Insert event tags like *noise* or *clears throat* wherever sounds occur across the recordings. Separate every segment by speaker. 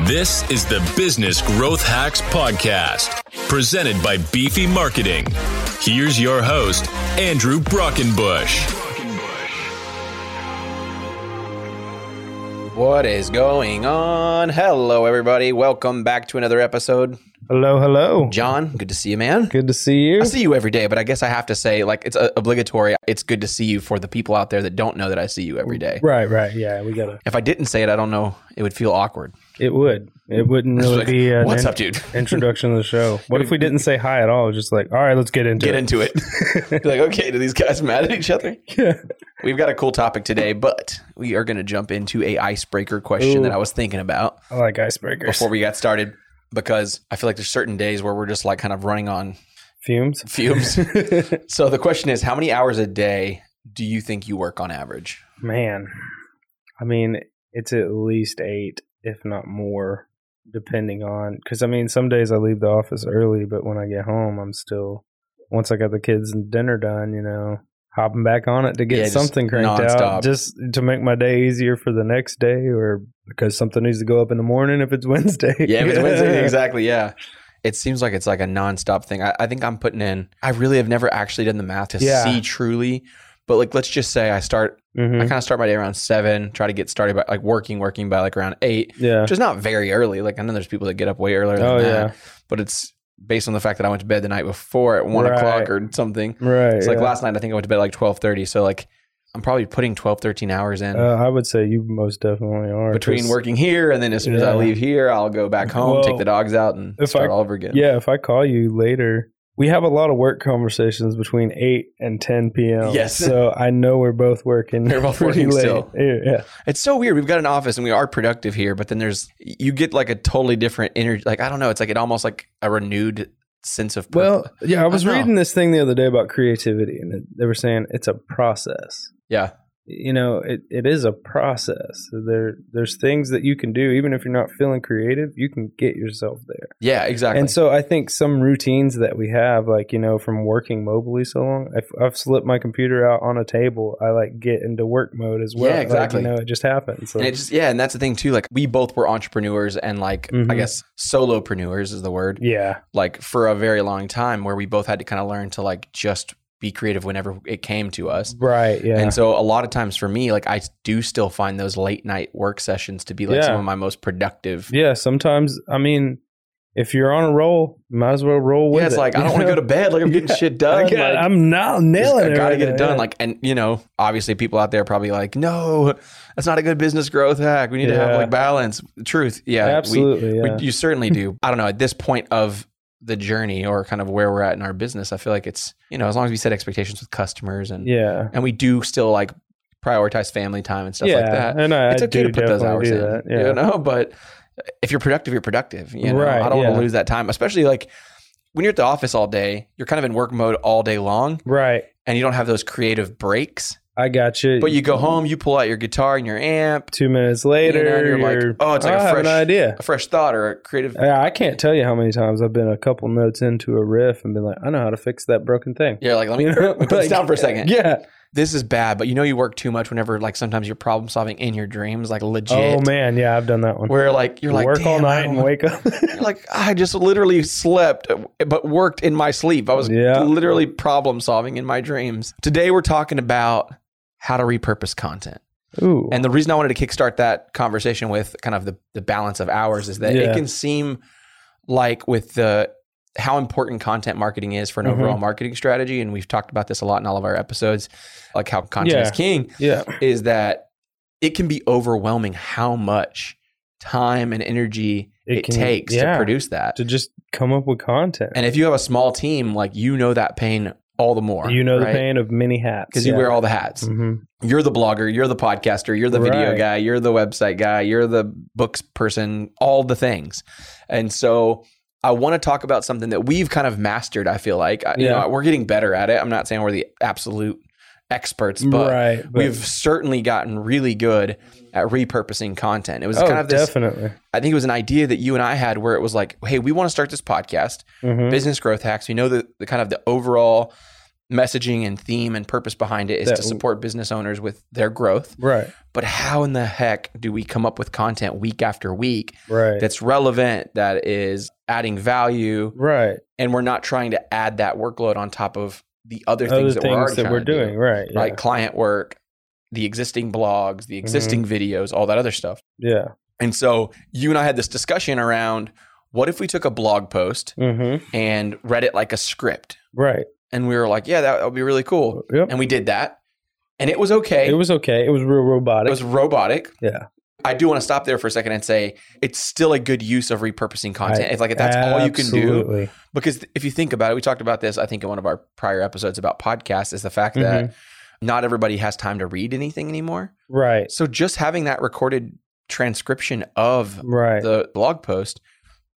Speaker 1: This is the Business Growth Hacks Podcast, presented by Beefy Marketing. Here's your host, Andrew Brockenbush.
Speaker 2: What is going on? Hello, everybody. Welcome back to another episode.
Speaker 3: Hello, hello.
Speaker 2: John, good to see you, man.
Speaker 3: Good to see you.
Speaker 2: I see you every day, but I guess I have to say, like, it's uh, obligatory. It's good to see you for the people out there that don't know that I see you every day.
Speaker 3: Right, right. Yeah, we gotta.
Speaker 2: If I didn't say it, I don't know. It would feel awkward.
Speaker 3: It would. It wouldn't really
Speaker 2: like,
Speaker 3: be uh, an
Speaker 2: "What's up, dude?"
Speaker 3: *laughs* introduction to the show. What if we didn't say hi at all? Just like, all right, let's get into
Speaker 2: Get
Speaker 3: it.
Speaker 2: into it. *laughs* Be like, okay, do these guys mad at each
Speaker 3: *laughs*
Speaker 2: other? We've got a cool topic today, but we are going to jump into a icebreaker question
Speaker 3: Ooh.
Speaker 2: that I was thinking about.
Speaker 3: I like icebreakers.
Speaker 2: before we got started because I feel like there's certain days where we're just like kind of running on
Speaker 3: Fumes. *laughs*
Speaker 2: fumes. so the question is, how many hours a day do you think you work on average?
Speaker 3: Man, I mean, it's at least eight, if not more, depending on. Because I mean, some days I leave the office early, but when I get home, I'm still. Once I got the kids and dinner done, you know, hopping back on it to get
Speaker 2: Yeah, just
Speaker 3: something cranked
Speaker 2: nonstop.
Speaker 3: out, just to make my day easier for the next day, or because something needs to go up in the morning if it's *laughs* Wednesday.
Speaker 2: Yeah, if it's
Speaker 3: *laughs*
Speaker 2: Wednesday, exactly. Yeah. It seems like it's like a nonstop thing. I, I think I'm putting in, I really have never actually done the math to
Speaker 3: Yeah.
Speaker 2: see truly. But like, let's just say I start, I
Speaker 3: Mhm.
Speaker 2: kind of start my day around seven, try to get started by like working, working by like around eight,
Speaker 3: Yeah.
Speaker 2: which is not very early. Like I know there's people that get up way earlier than
Speaker 3: Oh,
Speaker 2: that,
Speaker 3: yeah.
Speaker 2: but it's based on the fact that I went to bed the night before at one o'clock
Speaker 3: Right.
Speaker 2: or something.
Speaker 3: Right.
Speaker 2: It's like
Speaker 3: yeah.
Speaker 2: last night, I think I went to bed at like 1230. So like I'm probably putting 12, 13 hours in
Speaker 3: Uh, I would say you most definitely are
Speaker 2: between
Speaker 3: 'cause-
Speaker 2: working here. And then as soon as I
Speaker 3: Yeah.
Speaker 2: leave here, I'll go back home, take
Speaker 3: Well,
Speaker 2: the dogs out and
Speaker 3: if
Speaker 2: start
Speaker 3: I-
Speaker 2: all over again.
Speaker 3: Yeah, if I call you later, we have a lot of work conversations between eight and ten p.m.
Speaker 2: Yes.
Speaker 3: so I know we're both working.
Speaker 2: We're both
Speaker 3: *laughs* pretty
Speaker 2: working
Speaker 3: late.
Speaker 2: still.
Speaker 3: Yeah, yeah.
Speaker 2: It's so weird. We've got an office and we are productive here, but then there's, you get like a totally different energy. Like, I don't know. It's like, it almost like a renewed sense of purpose.
Speaker 3: Well, yeah, I was
Speaker 2: I know.
Speaker 3: reading this thing the other day about creativity, and it- they were saying it's a process.
Speaker 2: yeah.
Speaker 3: You know, it, it is a process. There, there's things that you can do, even if you're not feeling creative, you can get yourself there.
Speaker 2: Yeah, exactly.
Speaker 3: And so I think some routines that we have, like, you know, from working mobily so long, if I've slipped my computer out on a table, I like get into work mode as well.
Speaker 2: Yeah,
Speaker 3: Like,
Speaker 2: exactly.
Speaker 3: you know, it just happens. So-
Speaker 2: And it just yeah, and that's the thing too. Like we both were entrepreneurs and like I
Speaker 3: Mhm.
Speaker 2: guess solopreneurs is the word.
Speaker 3: yeah.
Speaker 2: Like for a very long time, where we both had to kind of learn to like just be creative whenever it came to us.
Speaker 3: Right. Yeah.
Speaker 2: And so a lot of times for me, like I do still find those late night work sessions to be like
Speaker 3: Yeah.
Speaker 2: some of my most productive. Yeah,
Speaker 3: yeah. Sometimes, I mean, if you're on a roll, might as well roll with
Speaker 2: it's
Speaker 3: it,
Speaker 2: like I
Speaker 3: you
Speaker 2: don't want to
Speaker 3: *laughs* know?
Speaker 2: go to bed. Like I'm getting
Speaker 3: Yeah.
Speaker 2: shit done.
Speaker 3: I got,
Speaker 2: like,
Speaker 3: I'm not nailing
Speaker 2: I
Speaker 3: it.
Speaker 2: gotta
Speaker 3: right
Speaker 2: get it
Speaker 3: now,
Speaker 2: done.
Speaker 3: yeah.
Speaker 2: Like, and you know, obviously, people out there are probably like, "No, that's not a good business growth hack. We need to have
Speaker 3: Yeah.
Speaker 2: like balance." Truth, yeah, we-
Speaker 3: absolutely.
Speaker 2: We-
Speaker 3: yeah.
Speaker 2: you certainly
Speaker 3: *laughs*
Speaker 2: do. I don't know. At this point of the journey or kind of where we're at in our business, I feel like it's, you know, as long as we set expectations with customers and,
Speaker 3: yeah.
Speaker 2: and we do still like prioritize family time and stuff
Speaker 3: yeah.
Speaker 2: like that.
Speaker 3: And I,
Speaker 2: It's
Speaker 3: I
Speaker 2: okay to
Speaker 3: do
Speaker 2: put those hours
Speaker 3: definitely do
Speaker 2: in,
Speaker 3: that. Yeah.
Speaker 2: you know, *laughs* but if you're productive, you're productive. You know,
Speaker 3: Right,
Speaker 2: I don't want
Speaker 3: yeah.
Speaker 2: to lose that time, especially like when you're at the office all day, you're kind of in work mode all day long
Speaker 3: Right.
Speaker 2: and you don't have those creative breaks,
Speaker 3: I got you.
Speaker 2: but you go home, you pull out your guitar and your amp,
Speaker 3: two minutes later,
Speaker 2: you're like, oh, it's like
Speaker 3: I
Speaker 2: a
Speaker 3: have
Speaker 2: fresh-
Speaker 3: an idea.
Speaker 2: a fresh thought or a creative.
Speaker 3: Yeah, I can't tell you how many times I've been a couple notes into a riff and been like, I know how to fix that broken thing. *laughs*
Speaker 2: Yeah, like let me, *laughs*
Speaker 3: You know,
Speaker 2: let me put this
Speaker 3: like,
Speaker 2: down for a second.
Speaker 3: *laughs* Yeah.
Speaker 2: this is bad, but you know you work too much whenever like sometimes you're problem solving in your dreams, like legit.
Speaker 3: Oh man, yeah, I've done that one.
Speaker 2: Where like you're like
Speaker 3: work all
Speaker 2: "Damn, I
Speaker 3: night
Speaker 2: don't
Speaker 3: and
Speaker 2: wanna-"
Speaker 3: wake up. *laughs*
Speaker 2: You're *laughs* like I just literally slept, but worked in my sleep. I was
Speaker 3: Yeah.
Speaker 2: literally problem solving in my dreams. Today we're talking about how to repurpose content,
Speaker 3: Ooh.
Speaker 2: and the reason I wanted to kickstart that conversation with kind of the the balance of hours is that it
Speaker 3: Yeah.
Speaker 2: can seem like with the how important content marketing is for an
Speaker 3: Mhm.
Speaker 2: overall marketing strategy, and we've talked about this a lot in all of our episodes, like how content is
Speaker 3: Yeah.
Speaker 2: king
Speaker 3: yeah.
Speaker 2: is that it can be overwhelming how much time and energy it,
Speaker 3: It can-
Speaker 2: takes to
Speaker 3: yeah.
Speaker 2: produce that.
Speaker 3: To just come up with content.
Speaker 2: And if you have a small team, like you know that pain all the more.
Speaker 3: you know the
Speaker 2: right?
Speaker 3: pain of many hats.
Speaker 2: Because you wear all the hats.
Speaker 3: Mhm.
Speaker 2: You're the blogger, you're the podcaster, you're the video
Speaker 3: Right.
Speaker 2: guy, you're the website guy, you're the books person, all the things. And so I want to talk about something that we've kind of mastered, I feel like. I- You
Speaker 3: Yeah.
Speaker 2: know, we're getting better at it. I'm not saying we're the absolute experts, but
Speaker 3: right. but-
Speaker 2: we've certainly gotten really good at repurposing content. It was
Speaker 3: oh,
Speaker 2: kind of this,
Speaker 3: definitely.
Speaker 2: I think it was an idea that you and I had where it was like, hey, we want to start this podcast,
Speaker 3: Mhm.
Speaker 2: business growth hacks. We know the, the kind of the overall messaging and theme and purpose behind it is
Speaker 3: That-
Speaker 2: to support business owners with their growth.
Speaker 3: Right.
Speaker 2: But how in the heck do we come up with content week after week
Speaker 3: Right.
Speaker 2: that's relevant, that is adding value,
Speaker 3: right.
Speaker 2: and we're not trying to add that workload on top of the other
Speaker 3: Other
Speaker 2: things
Speaker 3: things
Speaker 2: that we're already
Speaker 3: that we're
Speaker 2: trying to do,
Speaker 3: doing. Right. Yeah. Mm-hmm.
Speaker 2: right? Client work, the existing blogs, the existing videos, all that other stuff.
Speaker 3: yeah.
Speaker 2: And so you and I had this discussion around what if we took a blog post
Speaker 3: Mm-hmm.
Speaker 2: and read it like a script?
Speaker 3: Right.
Speaker 2: And we were like, yeah, that would be really cool.
Speaker 3: Yep.
Speaker 2: And we did that. And it was okay.
Speaker 3: It was okay. It was real robotic.
Speaker 2: It was robotic.
Speaker 3: Yeah.
Speaker 2: I do want to stop there for a second and say it's still a good use of repurposing content. if like if that's all you can do,
Speaker 3: Absolutely.
Speaker 2: because if you think about it, we talked about this I think in one of our prior episodes about podcasts is the fact that
Speaker 3: Mm-hmm.
Speaker 2: not everybody has time to read anything anymore.
Speaker 3: Right.
Speaker 2: So just having that recorded transcription of
Speaker 3: Right.
Speaker 2: the blog post,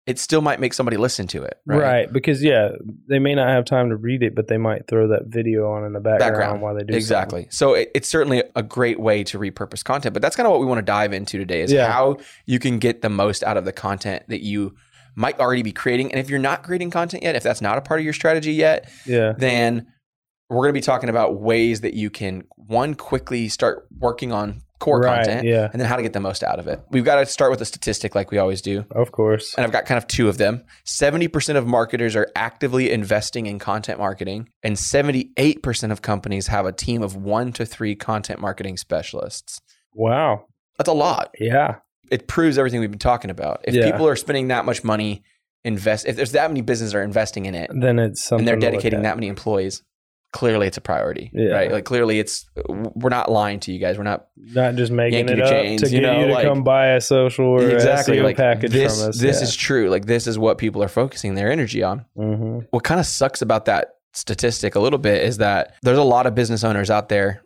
Speaker 2: it still might make somebody listen to it,
Speaker 3: right.
Speaker 2: right?
Speaker 3: Because yeah, they may not have time to read it, but they might throw that video on in the background,
Speaker 2: Background.
Speaker 3: while they do something.
Speaker 2: Exactly. So it, it's certainly a great way to repurpose content, but that's kind of what we want to dive into today is
Speaker 3: Yeah.
Speaker 2: how you can get the most out of the content that you might already be creating. And if you're not creating content yet, if that's not a part of your strategy yet,
Speaker 3: Yeah.
Speaker 2: then we're going to be talking about ways that you can one quickly start working on core
Speaker 3: right.
Speaker 2: content
Speaker 3: Yeah.
Speaker 2: and then how to get the most out of it. We've got to start with a statistic like we always do.
Speaker 3: Of course.
Speaker 2: and I've got kind of two of them. 70% of marketers are actively investing in content marketing, and 78% of companies have a team of one to three content marketing specialists.
Speaker 3: Wow.
Speaker 2: That's a lot.
Speaker 3: Yeah.
Speaker 2: It proves everything we've been talking about. If
Speaker 3: Yeah.
Speaker 2: people are spending that much money, invest, if there's that many businesses that are investing in it
Speaker 3: Then it's something.
Speaker 2: and they're
Speaker 3: to look
Speaker 2: dedicating
Speaker 3: at.
Speaker 2: that many employees, clearly it's a priority,
Speaker 3: Yeah.
Speaker 2: right? Like clearly it's, we're not lying to you guys. We're not
Speaker 3: not just making
Speaker 2: Yankee
Speaker 3: it
Speaker 2: to
Speaker 3: up
Speaker 2: chains,
Speaker 3: to
Speaker 2: you
Speaker 3: get you,
Speaker 2: know,
Speaker 3: to
Speaker 2: like-
Speaker 3: come buy a social or
Speaker 2: exactly
Speaker 3: SEO
Speaker 2: like
Speaker 3: package
Speaker 2: this,
Speaker 3: from us.
Speaker 2: this is true. Like this is what people are focusing their energy on.
Speaker 3: hmm
Speaker 2: what kind of sucks about that statistic a little bit is that there's a lot of business owners out there,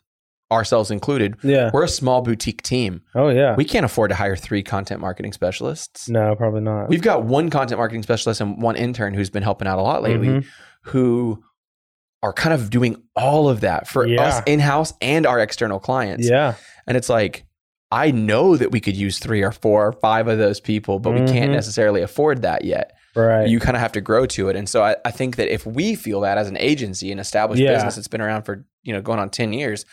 Speaker 2: ourselves included.
Speaker 3: yeah.
Speaker 2: We're a small boutique team.
Speaker 3: Oh yeah.
Speaker 2: We can't afford to hire three content marketing specialists.
Speaker 3: no, probably not.
Speaker 2: We've got one content marketing specialist and one intern who's been helping out a lot lately
Speaker 3: Mhm.
Speaker 2: who are kind of doing all of that for
Speaker 3: Yeah.
Speaker 2: us in house and our external clients.
Speaker 3: Yeah.
Speaker 2: And it's like, I know that we could use three or four or five of those people, but we can't
Speaker 3: Mhm.
Speaker 2: necessarily afford that yet
Speaker 3: Right.
Speaker 2: you kind of have to grow to it. And so I, I think that if we feel that as an agency, an established
Speaker 3: Yeah.
Speaker 2: business that's been around for, you know, going on 10 years,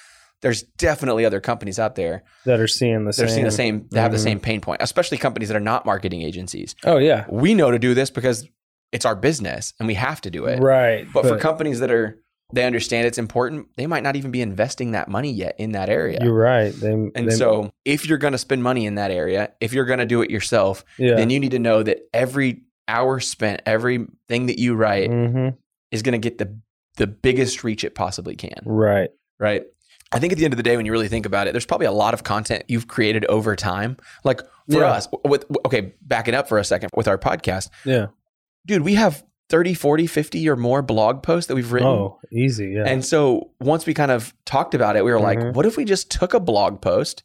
Speaker 2: there's definitely other companies out there
Speaker 3: that are seeing the
Speaker 2: that are
Speaker 3: same.
Speaker 2: seeing the same, that have the
Speaker 3: Mhm.
Speaker 2: same pain point, especially companies that are not marketing agencies.
Speaker 3: Oh yeah.
Speaker 2: We know to do this because it's our business and we have to do it.
Speaker 3: Right.
Speaker 2: But, for companies that are, they understand it's important, they might not even be investing that money yet in that area.
Speaker 3: You're right. They,
Speaker 2: and
Speaker 3: they-
Speaker 2: so if you're going to spend money in that area, if you're going to do it yourself,
Speaker 3: yeah.
Speaker 2: then you need to know that every hour spent, everything that you write,
Speaker 3: hmm
Speaker 2: is going to get the the biggest reach it possibly can,
Speaker 3: Right.
Speaker 2: right? I think at the end of the day, when you really think about it, there's probably a lot of content you've created over time. Like for
Speaker 3: Yeah.
Speaker 2: us, with okay, backing up for a second with our podcast,
Speaker 3: Yeah.
Speaker 2: dude, we have 30, 40, 50 or more blog posts that we've written.
Speaker 3: Oh, easy. Yeah.
Speaker 2: And so once we kind of talked about it, we were
Speaker 3: Mhm.
Speaker 2: like, what if we just took a blog post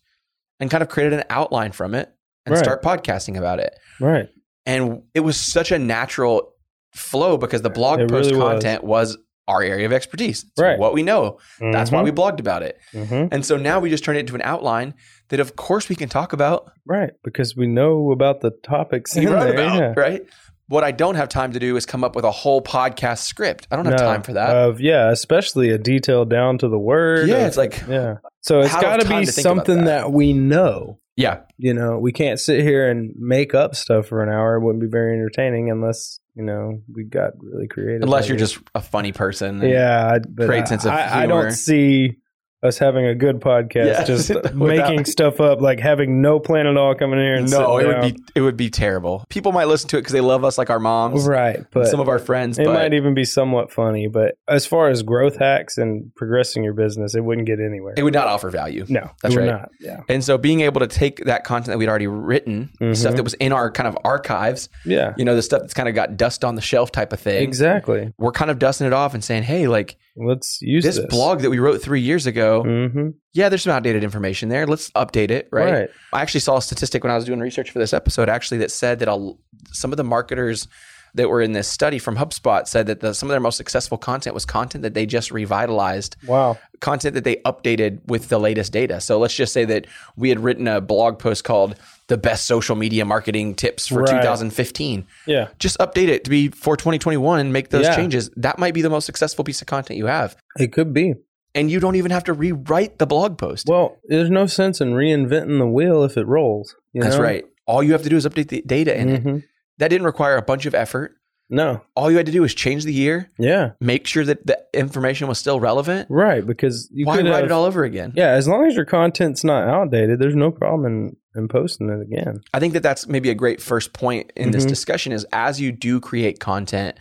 Speaker 2: and kind of created an outline from it and
Speaker 3: Right.
Speaker 2: start podcasting about it?
Speaker 3: right.
Speaker 2: and it was such a natural flow because the blog
Speaker 3: It
Speaker 2: post
Speaker 3: really was.
Speaker 2: content was. our area of expertise. It's
Speaker 3: Right.
Speaker 2: What we know. That's why
Speaker 3: Mhm.
Speaker 2: we blogged about it.
Speaker 3: Mhm.
Speaker 2: And so now we just turn it into an outline that, of course, we can talk about,
Speaker 3: Right. Because we know about the topics
Speaker 2: and
Speaker 3: in
Speaker 2: write
Speaker 3: there.
Speaker 2: about,
Speaker 3: yeah.
Speaker 2: right? What I don't have time to do is come up with a whole podcast script. I don't have
Speaker 3: No, Uh,
Speaker 2: time for that.
Speaker 3: Of, yeah, especially a detail down to the word.
Speaker 2: yeah,
Speaker 3: of-
Speaker 2: it's like,
Speaker 3: yeah. So it's
Speaker 2: How do I have
Speaker 3: got to
Speaker 2: time
Speaker 3: be
Speaker 2: to think about
Speaker 3: something
Speaker 2: that?
Speaker 3: that we know.
Speaker 2: yeah,
Speaker 3: You know, we can't sit here and make up stuff for an hour. It wouldn't be very entertaining unless you know we got really creative.
Speaker 2: unless
Speaker 3: like
Speaker 2: you're
Speaker 3: it.
Speaker 2: just a funny person. and-
Speaker 3: yeah, I- but
Speaker 2: Great
Speaker 3: I,
Speaker 2: sense of
Speaker 3: I, I
Speaker 2: humor.
Speaker 3: don't see us having a good
Speaker 2: *laughs*
Speaker 3: podcast
Speaker 2: Yes.
Speaker 3: just
Speaker 2: Without- *laughs*
Speaker 3: making stuff up, like having no plan at all coming in here. And
Speaker 2: No,
Speaker 3: sitting
Speaker 2: it would
Speaker 3: down.
Speaker 2: be it would be terrible. People might listen to it because they love us like our moms,
Speaker 3: right, but
Speaker 2: some of our friends.
Speaker 3: it
Speaker 2: but
Speaker 3: might e even be somewhat funny. But as far as growth hacks and progressing your business, it wouldn't get anywhere.
Speaker 2: it would not offer value.
Speaker 3: no,
Speaker 2: That's
Speaker 3: it would
Speaker 2: right.
Speaker 3: Not. Yeah,
Speaker 2: And so being able to take that content that we'd already written,
Speaker 3: Mhm.
Speaker 2: stuff that was in our kind of archives,
Speaker 3: yeah,
Speaker 2: you know, the stuff that's kind of got dust on the shelf type of thing.
Speaker 3: exactly.
Speaker 2: We're kind of dusting it off and saying, hey, like
Speaker 3: Let's use
Speaker 2: this,
Speaker 3: this,
Speaker 2: blog that we wrote three years ago,
Speaker 3: hmm
Speaker 2: yeah, there's some outdated information there. Let's update it, right?
Speaker 3: right.
Speaker 2: I actually saw a statistic when I was doing research for this episode actually that said that a, some of the marketers that were in this study from HubSpot said that the, some of their most successful content was content that they just revitalized,
Speaker 3: Wow.
Speaker 2: content that they updated with the latest data. So let's just say that we had written a blog post called "The Best Social Media Marketing Tips for
Speaker 3: Right.
Speaker 2: 2015."
Speaker 3: Yeah.
Speaker 2: Just update it to be for 2021 and make those
Speaker 3: Yeah.
Speaker 2: changes. That might be the most successful piece of content you have,
Speaker 3: It could be.
Speaker 2: and you don't even have to rewrite the blog post.
Speaker 3: Well, there's no sense in reinventing the wheel if it rolls. you
Speaker 2: That's
Speaker 3: know?
Speaker 2: right. All you have to do is update the data in it.
Speaker 3: Mhm.
Speaker 2: That didn't require a bunch of effort.
Speaker 3: No.
Speaker 2: All you had to do was change the year,
Speaker 3: Yeah.
Speaker 2: make sure that the information was still relevant.
Speaker 3: Right. Because you
Speaker 2: Why
Speaker 3: could
Speaker 2: write
Speaker 3: have,
Speaker 2: it all over again?
Speaker 3: Yeah. As long as your content's not outdated, there's no problem in, in posting it again.
Speaker 2: I think that that's maybe a great first point in this
Speaker 3: Mhm.
Speaker 2: discussion is as you do create content,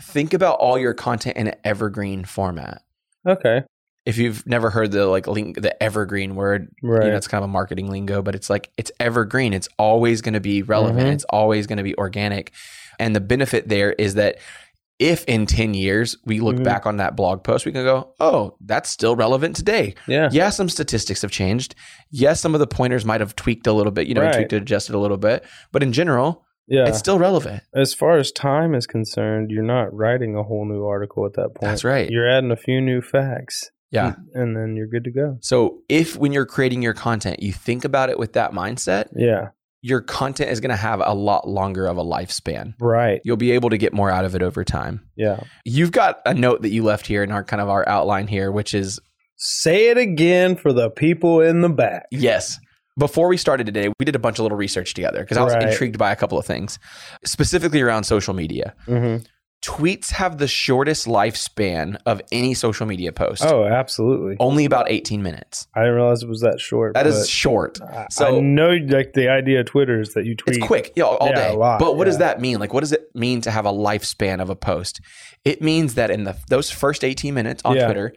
Speaker 2: think about all your content in an evergreen format.
Speaker 3: Okay.
Speaker 2: If you've never heard the like link, the evergreen word,
Speaker 3: Right.
Speaker 2: you know, it's kind of a marketing lingo, but it's like it's evergreen. It's always going to be relevant.
Speaker 3: Mhm.
Speaker 2: It's always going to be organic. And the benefit there is that if in 10 years we look
Speaker 3: Mhm.
Speaker 2: back on that blog post, we can go, oh, that's still relevant today.
Speaker 3: yeah. *laughs*
Speaker 2: Yeah, some statistics have changed. Yes, some of the pointers might have tweaked a little bit, you know,
Speaker 3: Right.
Speaker 2: tweaked, adjusted a little bit. But in general,
Speaker 3: Yeah.
Speaker 2: it's still relevant.
Speaker 3: as far as time is concerned, you're not writing a whole new article at that point.
Speaker 2: That's right.
Speaker 3: You're adding a few new facts.
Speaker 2: Yeah.
Speaker 3: And then you're good to go.
Speaker 2: So if when you're creating your content, you think about it with that mindset,
Speaker 3: Yeah.
Speaker 2: your content is going to have a lot longer of a lifespan.
Speaker 3: Right.
Speaker 2: You'll be able to get more out of it over time.
Speaker 3: Yeah.
Speaker 2: You've got a note that you left here in our kind of our outline here, which is
Speaker 3: Say it again for the people in the back.
Speaker 2: yes. Before we started today, we did a bunch of little research together because I was
Speaker 3: Right.
Speaker 2: intrigued by a couple of things, specifically around social media.
Speaker 3: Mm-hmm.
Speaker 2: Tweets have the shortest lifespan of any social media post,
Speaker 3: Oh, absolutely.
Speaker 2: only about 18 minutes.
Speaker 3: I didn't realize it was that short.
Speaker 2: That is
Speaker 3: but
Speaker 2: short.
Speaker 3: I-
Speaker 2: so-
Speaker 3: I know like the idea of Twitter is that you tweet.
Speaker 2: It's quick, yeah, all
Speaker 3: Yeah,
Speaker 2: day.
Speaker 3: a lot,
Speaker 2: but what does
Speaker 3: yeah.
Speaker 2: that mean? Like, what does it mean to have a lifespan of a post? It means that in the those first eighteen minutes on
Speaker 3: Yeah.
Speaker 2: Twitter,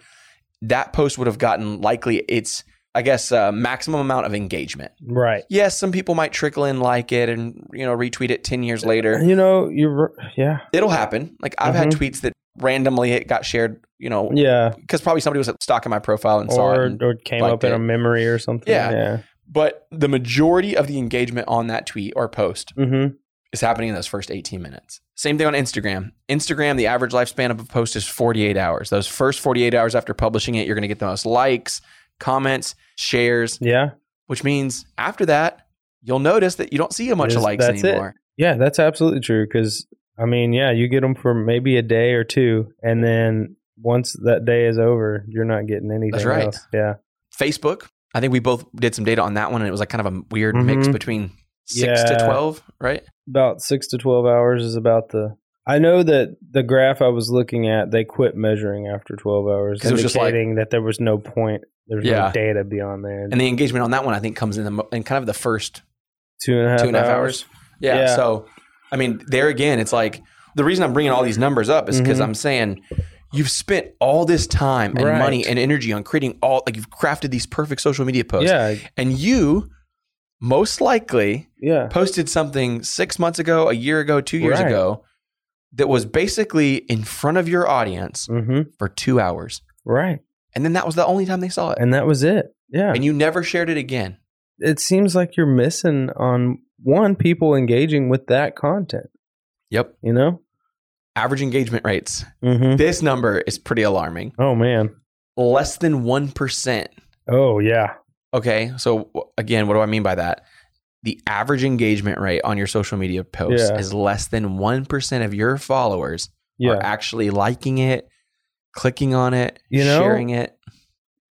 Speaker 2: that post would have gotten likely its, I guess, uh, maximum amount of engagement.
Speaker 3: Right.
Speaker 2: Yes, some people might trickle in, like it, and you know, retweet it ten years later.
Speaker 3: You know, you're r- yeah.
Speaker 2: It'll happen. Like I've had
Speaker 3: Mhm.
Speaker 2: tweets that randomly it got shared. You know,
Speaker 3: Yeah.
Speaker 2: because probably somebody was stalking my profile and saw it.
Speaker 3: Or
Speaker 2: and-
Speaker 3: or came
Speaker 2: liked
Speaker 3: up in
Speaker 2: it.
Speaker 3: a memory or something.
Speaker 2: Yeah.
Speaker 3: Yeah.
Speaker 2: but the majority of the engagement on that tweet or post
Speaker 3: Mm-hmm.
Speaker 2: is happening in those first 18 minutes. Same thing on Instagram. Instagram, the average lifespan of a post is 48 hours. Those first 48 hours after publishing it, you're going to get the most likes, comments, shares,
Speaker 3: Yeah.
Speaker 2: which means after that, you'll notice that you don't see a bunch of
Speaker 3: Yes,
Speaker 2: likes
Speaker 3: that's it.
Speaker 2: anymore.
Speaker 3: Yeah, that's absolutely true. Because I mean, yeah, you get them for maybe a day or two, and then once that day is over, you're not getting anything
Speaker 2: right.
Speaker 3: else. Yeah,
Speaker 2: Facebook, I think we both did some data on that one, and it was like kind of a weird mix
Speaker 3: Mhm.
Speaker 2: between six to
Speaker 3: Yeah.
Speaker 2: 12, right?
Speaker 3: about six to twelve hours is about the. I know that the graph I was looking at, they quit measuring after twelve hours,
Speaker 2: 'Cause it was just like-
Speaker 3: indicating that there was no point. There's
Speaker 2: Yeah.
Speaker 3: no data beyond there.
Speaker 2: And the engagement on that one, I think, comes in, the, mo- in kind of the first
Speaker 3: two and a half
Speaker 2: two and a half
Speaker 3: hours.
Speaker 2: hours. Yeah,
Speaker 3: Yeah.
Speaker 2: So, I mean, there again, it's like the reason I'm bringing all these numbers up is because
Speaker 3: Mhm.
Speaker 2: I'm saying you've spent all this time and
Speaker 3: Right.
Speaker 2: money and energy on creating all, like you've crafted these perfect social media posts.
Speaker 3: Yeah,
Speaker 2: And you most likely
Speaker 3: yeah,
Speaker 2: posted something six months ago, a year ago, two years
Speaker 3: Right.
Speaker 2: ago that was basically in front of your audience
Speaker 3: hmm
Speaker 2: for two hours.
Speaker 3: right.
Speaker 2: And then that was the only time they saw it.
Speaker 3: And that was it. Yeah,
Speaker 2: And you never shared it again.
Speaker 3: it seems like you're missing on one people engaging with that content.
Speaker 2: Yep.
Speaker 3: You know.
Speaker 2: Average engagement rates.
Speaker 3: Mm-hmm.
Speaker 2: This number is pretty alarming.
Speaker 3: Oh man.
Speaker 2: Less than 1%.
Speaker 3: Oh yeah.
Speaker 2: Okay. So w- again, what do I mean by that? The average engagement rate on your social media posts
Speaker 3: Yeah.
Speaker 2: is less than 1% of your followers
Speaker 3: Yeah.
Speaker 2: are actually liking it, clicking on it,
Speaker 3: You know-
Speaker 2: sharing it.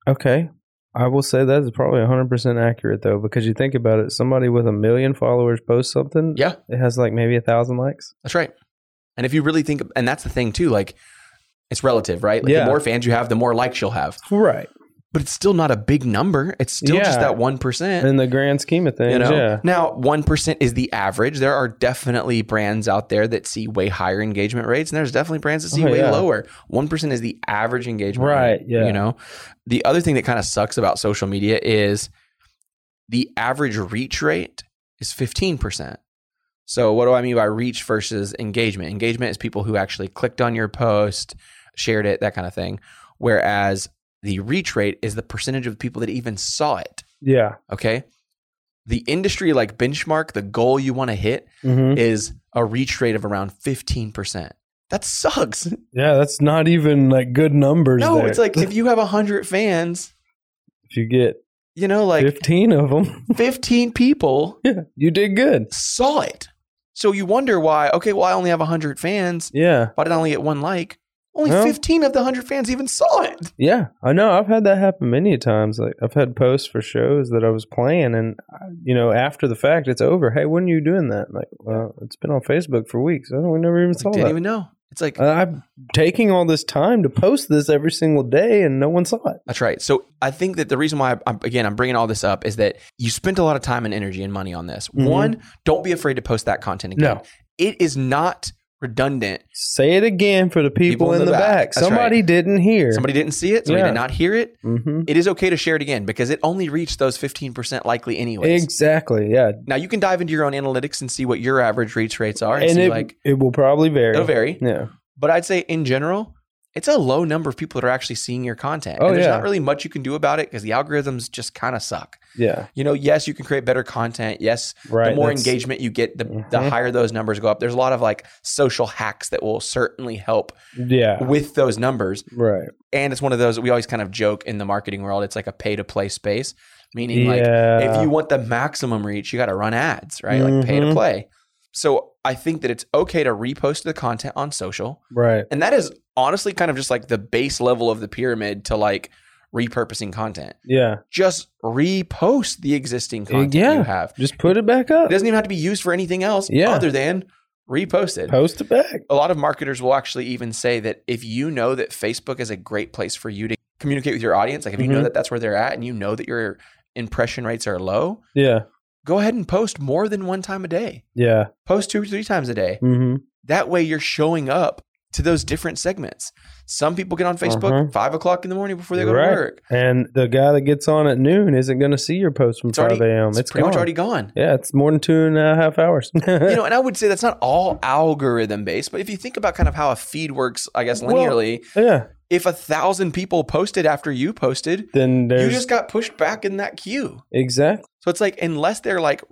Speaker 3: okay. I will say that is probably 100% accurate though because you think about it somebody with a million followers posts something
Speaker 2: Yeah,
Speaker 3: it has like maybe a thousand likes.
Speaker 2: that's right. And if you really think, and that's the thing too, like it's relative, right? Like
Speaker 3: Yeah.
Speaker 2: The more fans you have, the more likes you'll have.
Speaker 3: Right.
Speaker 2: But it's still not a big number. It's still just
Speaker 3: Yeah.
Speaker 2: that 1%.
Speaker 3: In the grand scheme of things,
Speaker 2: you know
Speaker 3: yeah.
Speaker 2: now 1% is the average there are definitely brands out there that see way higher engagement rates and there's definitely brands that see
Speaker 3: Oh,
Speaker 2: way
Speaker 3: yeah.
Speaker 2: lower 1% is the average engagement
Speaker 3: Right,
Speaker 2: rate,
Speaker 3: yeah.
Speaker 2: you know the other thing that kind of sucks about social media is the average reach rate is 15% so what do i mean by reach versus engagement engagement is people who actually clicked on your post shared it that kind of thing whereas the reach rate is the percentage of people that even saw it
Speaker 3: Yeah.
Speaker 2: okay the industry like benchmark the goal you want to hit
Speaker 3: Mhm.
Speaker 2: is a reach rate of around 15%. That sucks.
Speaker 3: Yeah, that's not even like good numbers.
Speaker 2: No,
Speaker 3: there.
Speaker 2: it's like
Speaker 3: *laughs*
Speaker 2: if you have 100 fans,
Speaker 3: if you get
Speaker 2: you know, like
Speaker 3: 15 of them,
Speaker 2: 15 people
Speaker 3: *laughs* yeah, you did good.
Speaker 2: saw it. So you wonder why, okay, well, I only have 100 fans.
Speaker 3: Yeah,
Speaker 2: Why did I only get one like? Only
Speaker 3: Well-
Speaker 2: 15 of the 100 fans even saw it.
Speaker 3: yeah, I know. I've had that happen many times. Like I've had posts for shows that I was playing, and you know, after the fact, it's over. Hey, when are you doing that? Like, well, it's been on Facebook for weeks. Oh, we never even saw
Speaker 2: Didn't
Speaker 3: that.
Speaker 2: even know. It's like,
Speaker 3: And I'm taking all this time to post this every single day, and no one saw it.
Speaker 2: That's right. So I think that the reason why I'm, again I'm bringing all this up is that you spent a lot of time and energy and money on this.
Speaker 3: Mhm.
Speaker 2: One, don't be afraid to post that content again.
Speaker 3: No.
Speaker 2: It is not redundant.
Speaker 3: Say it again for the people, in, the, back.
Speaker 2: That's
Speaker 3: Somebody didn't hear.
Speaker 2: Somebody didn't see it. Somebody
Speaker 3: Yeah.
Speaker 2: did not hear it.
Speaker 3: hmm
Speaker 2: It is okay to share it again because it only reached those 15% likely anyways.
Speaker 3: Exactly. Yeah.
Speaker 2: now you can dive into your own analytics and see what your average reach rates are and,
Speaker 3: and
Speaker 2: see
Speaker 3: it,
Speaker 2: like
Speaker 3: it will probably vary.
Speaker 2: it'll vary.
Speaker 3: Yeah.
Speaker 2: But I'd say in general, it's a low number of people that are actually seeing your content.
Speaker 3: Oh,
Speaker 2: and there's
Speaker 3: yeah.
Speaker 2: not really much you can do about it because the algorithms just kind of suck.
Speaker 3: Yeah.
Speaker 2: You know, yes, you can create better content. Yes,
Speaker 3: Right.
Speaker 2: the more
Speaker 3: that's-
Speaker 2: engagement you get, the, the
Speaker 3: Mhm.
Speaker 2: higher those numbers go up. There's a lot of like social hacks that will certainly help
Speaker 3: Yeah.
Speaker 2: with those numbers.
Speaker 3: Right.
Speaker 2: And it's one of those we always kind of joke in the marketing world. It's like a pay to play space, meaning like
Speaker 3: yeah.
Speaker 2: if you want the maximum reach, you got to run ads, right? Like pay to
Speaker 3: Mhm.
Speaker 2: play. So I think that it's okay to repost the content on social.
Speaker 3: right.
Speaker 2: And that is honestly kind of just like the base level of the pyramid to like repurposing content.
Speaker 3: Yeah.
Speaker 2: Just repost the existing content you
Speaker 3: yeah.
Speaker 2: have.
Speaker 3: Just put it back
Speaker 2: It
Speaker 3: up.
Speaker 2: doesn't even have to be used for anything else
Speaker 3: Yeah.
Speaker 2: other than reposted.
Speaker 3: Post it back.
Speaker 2: A lot of marketers will actually even say that if you know that Facebook is a great place for you to communicate with your audience, like if you know
Speaker 3: Mhm.
Speaker 2: that that's where they're at and you know that your impression rates are low,
Speaker 3: Yeah.
Speaker 2: go ahead and post more than one time a day.
Speaker 3: Yeah.
Speaker 2: Post two or three times a day.
Speaker 3: hmm
Speaker 2: That way you're showing up to those different segments. Some people get on Facebook
Speaker 3: Uh-huh.
Speaker 2: five o'clock in the morning before they go
Speaker 3: Right.
Speaker 2: to work.
Speaker 3: And the guy that gets on at noon isn't going to see your post from
Speaker 2: It's
Speaker 3: 5
Speaker 2: already-
Speaker 3: a.m.
Speaker 2: It's,
Speaker 3: It's,
Speaker 2: pretty much
Speaker 3: gone.
Speaker 2: already gone.
Speaker 3: Yeah. It's more than two and a half hours. *laughs*
Speaker 2: you know, and I would say that's not all algorithm based, but if you think about kind of how a feed works, I guess
Speaker 3: Well-
Speaker 2: linearly,
Speaker 3: yeah.
Speaker 2: if a thousand people posted after you posted,
Speaker 3: Then
Speaker 2: you
Speaker 3: there's
Speaker 2: just got pushed back in that queue.
Speaker 3: exactly.
Speaker 2: So it's like unless they're like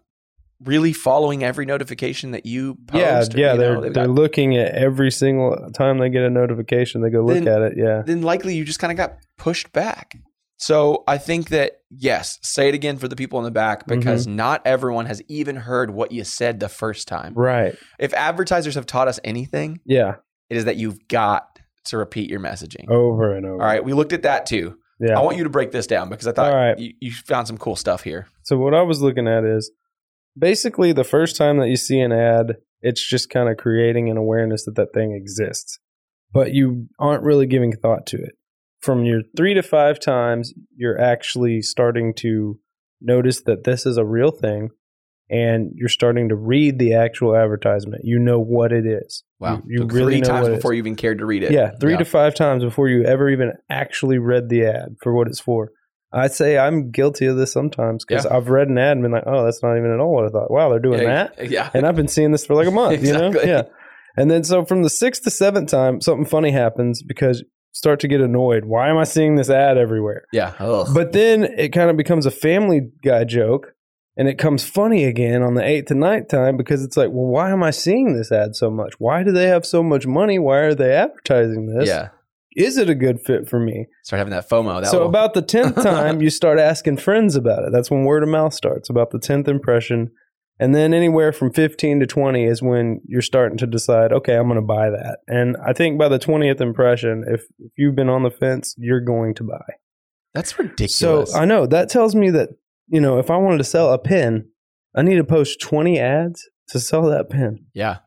Speaker 2: really following every notification that you post, or, you
Speaker 3: yeah, yeah,
Speaker 2: know,
Speaker 3: they're
Speaker 2: they've
Speaker 3: they're
Speaker 2: got-
Speaker 3: looking at every single time they get a notification. They go look
Speaker 2: Then-
Speaker 3: at it. Yeah,
Speaker 2: then likely you just kind of got pushed back. So I think that yes, say it again for the people in the back
Speaker 3: Mm-hmm.
Speaker 2: because not everyone has even heard what you said the first time.
Speaker 3: right.
Speaker 2: If advertisers have taught us anything,
Speaker 3: Yeah,
Speaker 2: it is that you've got to repeat your messaging.
Speaker 3: over and over.
Speaker 2: All right, we looked at that too.
Speaker 3: Oh. Yeah.
Speaker 2: I want you to break this down because I thought
Speaker 3: All right.
Speaker 2: you, you found some cool stuff here.
Speaker 3: So what I was looking at is basically the first time that you see an ad, it's just kind of creating an awareness that that thing exists, but you aren't really giving thought to it. From your three to five times, you're actually starting to notice that this is a real thing, and you're starting to read the actual advertisement. You know what it is.
Speaker 2: Wow.
Speaker 3: you, you
Speaker 2: So
Speaker 3: really
Speaker 2: three
Speaker 3: know
Speaker 2: times
Speaker 3: what it is.
Speaker 2: before you even cared to read it.
Speaker 3: Yeah, three to five times before you ever even actually read the ad for what it's for. I say I'm guilty of this sometimes because I've read an ad and been like, oh, that's not even at all what I thought. Wow, they're doing
Speaker 2: yeah,
Speaker 3: that.
Speaker 2: Yeah.
Speaker 3: And I've been seeing this for like a month, you know?
Speaker 2: Exactly.
Speaker 3: Yeah. And then so from the sixth to seventh time, something funny happens because you start to get annoyed. Why am I seeing this ad everywhere?
Speaker 2: Yeah. Ugh.
Speaker 3: But then it kind of becomes a family guy joke and it comes funny again on the eighth and ninth time because it's like, well, why am I seeing this ad so much? Why do they have so much money? Why are they advertising this?
Speaker 2: yeah.
Speaker 3: Is it a good fit for me?
Speaker 2: Start having that FOMO. That
Speaker 3: so,
Speaker 2: will-
Speaker 3: about
Speaker 2: *laughs*
Speaker 3: the 10th time, you start asking friends about it. That's when word of mouth starts, about the 10th impression. And then anywhere from 15 to 20 is when you're starting to decide, okay, I'm going to buy that. And I think by the 20th impression, if, if you've been on the fence, you're going to buy.
Speaker 2: that's ridiculous.
Speaker 3: So I know that tells me that you know if I wanted to sell a pen, I need to post twenty ads to sell that pen.
Speaker 2: yeah.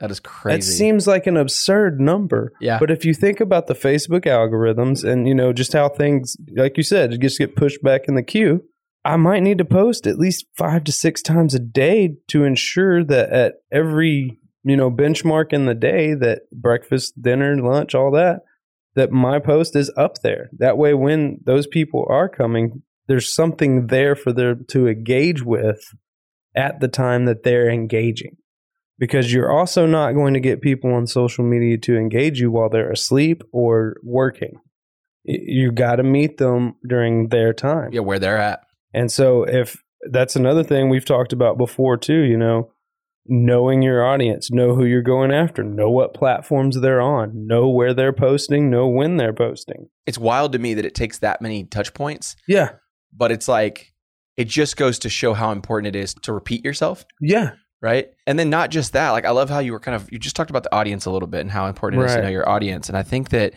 Speaker 2: That is crazy.
Speaker 3: That seems like an absurd number.
Speaker 2: yeah.
Speaker 3: But if you think about the Facebook algorithms and you know just how things, like you said, just get pushed back in the queue, I might need to post at least five to six times a day to ensure that at every you know benchmark in the day, that breakfast, dinner, lunch, all that, that my post is up there. That way, when those people are coming, there's something there for them to engage with at the time that they're engaging. Because you're also not going to get people on social media to engage you while they're asleep or working. Y- You got to meet them during their time.
Speaker 2: yeah, where they're at.
Speaker 3: And so if that's another thing we've talked about before too, you know, knowing your audience, know who you're going after, know what platforms they're on, know where they're posting, know when they're posting.
Speaker 2: It's wild to me that it takes that many touch points,
Speaker 3: Yeah.
Speaker 2: but it's like it just goes to show how important it is to repeat yourself,
Speaker 3: Yeah.
Speaker 2: right? And then not just that, like I love how you were kind of you just talked about the audience a little bit and how important it is to
Speaker 3: Right.
Speaker 2: know your audience. And I think that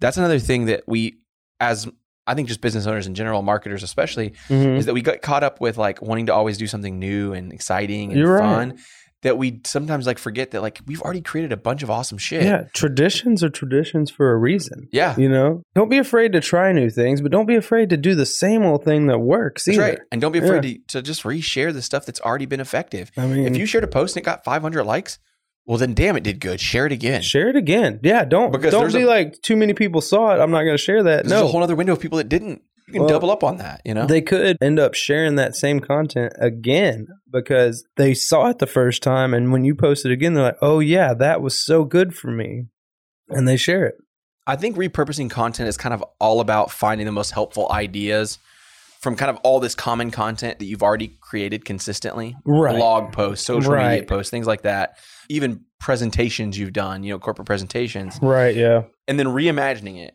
Speaker 2: that's another thing that we as I think just business owners in general, marketers especially,
Speaker 3: Mhm.
Speaker 2: is that we got caught up with like wanting to always do something new and exciting and
Speaker 3: You're right.
Speaker 2: fun that we sometimes like forget that like we've already created a bunch of awesome shit.
Speaker 3: Yeah. Traditions are traditions for a reason.
Speaker 2: Yeah.
Speaker 3: You know, don't be afraid to try new things, but don't be afraid to do the same old thing that works
Speaker 2: That's
Speaker 3: either.
Speaker 2: right. And don't be afraid to, to just reshare the stuff that's already been effective.
Speaker 3: I mean,
Speaker 2: If you shared a post and it got 500 likes, well, then damn, it did good. Share it again.
Speaker 3: share it again, yeah, don't
Speaker 2: Because
Speaker 3: don't
Speaker 2: there's
Speaker 3: be
Speaker 2: a-
Speaker 3: like too many people saw it. I'm not going to share that.
Speaker 2: There's a
Speaker 3: No,
Speaker 2: whole other window of people that didn't. You can
Speaker 3: Well,
Speaker 2: double up on that, you know?
Speaker 3: They could end up sharing that same content again because they saw it the first time. And when you post it again, they're like, oh, yeah, that was so good for me. And they share it.
Speaker 2: I think repurposing content is kind of all about finding the most helpful ideas from kind of all this common content that you've already created consistently.
Speaker 3: Right.
Speaker 2: Blog posts, social media
Speaker 3: Right.
Speaker 2: posts, things like that. Even presentations you've done, you know, corporate presentations,
Speaker 3: Right. Yeah.
Speaker 2: and then reimagining it,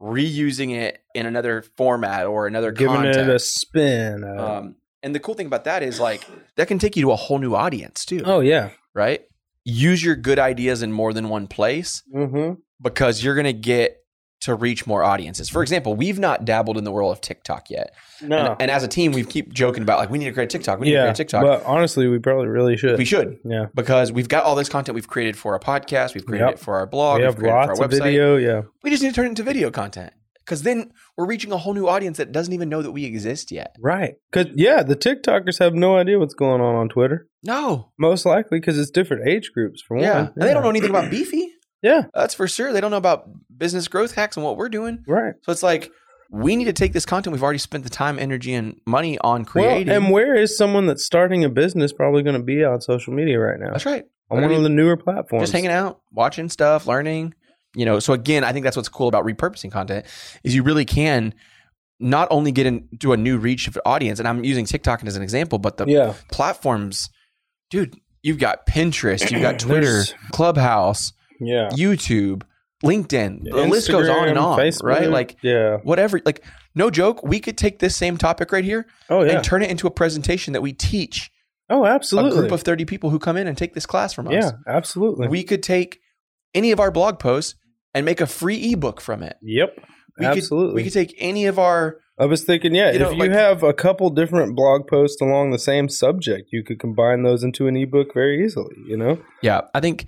Speaker 2: reusing it in another format or another
Speaker 3: Giving
Speaker 2: context.
Speaker 3: it a spin. uh,
Speaker 2: Um, and the cool thing about that is like that can take you to a whole new audience too,
Speaker 3: oh, yeah.
Speaker 2: right? Use your good ideas in more than one place
Speaker 3: Mm-hmm.
Speaker 2: because you're going to get to reach more audiences. For example, we've not dabbled in the world of TikTok yet.
Speaker 3: No.
Speaker 2: And, and as a team, we keep joking about like we need to create TikTok, we need to
Speaker 3: yeah.
Speaker 2: create TikTok.
Speaker 3: But honestly, we probably really should.
Speaker 2: we should
Speaker 3: yeah.
Speaker 2: because we've got all this content we've created for our podcast, we've created
Speaker 3: Yep.
Speaker 2: it for our blog,
Speaker 3: we have
Speaker 2: created it
Speaker 3: lots of video. Yeah.
Speaker 2: We just need to turn it into video content because then we're reaching a whole new audience that doesn't even know that we exist yet.
Speaker 3: Right. Because, yeah, the TikTokers have no idea what's going on on Twitter.
Speaker 2: No,
Speaker 3: Most likely because it's different age groups for one.
Speaker 2: Yeah. And they don't know anything about Beefy.
Speaker 3: Yeah.
Speaker 2: That's for sure. They don't know about business growth hacks and what we're doing.
Speaker 3: Right.
Speaker 2: So it's like, we need to take this content we've already spent the time, energy, and money on creating.
Speaker 3: Well, and where is someone that's starting a business probably going to be on social media right now?
Speaker 2: that's right.
Speaker 3: On one of the newer platforms.
Speaker 2: Just hanging out, watching stuff, learning. You know, so again, I think that's what's cool about repurposing content is you really can not only get into a new reach of audience, and I'm using TikTok as an example, but the
Speaker 3: Yeah.
Speaker 2: platforms, dude, you've got Pinterest, you've
Speaker 3: *clears throat*
Speaker 2: got Twitter,
Speaker 3: There's-
Speaker 2: Clubhouse,
Speaker 3: Yeah.
Speaker 2: YouTube, LinkedIn. The list goes on and
Speaker 3: Instagram,
Speaker 2: on, right? Like
Speaker 3: yeah.
Speaker 2: whatever. Like no joke, we could take this same topic right here
Speaker 3: Oh, yeah.
Speaker 2: and turn it into a presentation that we teach
Speaker 3: oh,
Speaker 2: a
Speaker 3: absolutely.
Speaker 2: group of thirty people who come in and take this class from us.
Speaker 3: yeah, absolutely.
Speaker 2: We could take any of our blog posts and make a free ebook from it.
Speaker 3: yep.
Speaker 2: We Could, we
Speaker 3: absolutely.
Speaker 2: could take any of our
Speaker 3: I was thinking, yeah,
Speaker 2: You know,
Speaker 3: if you
Speaker 2: like-
Speaker 3: have a couple different blog posts along the same subject, you could combine those into an ebook very easily, you know?
Speaker 2: yeah. I think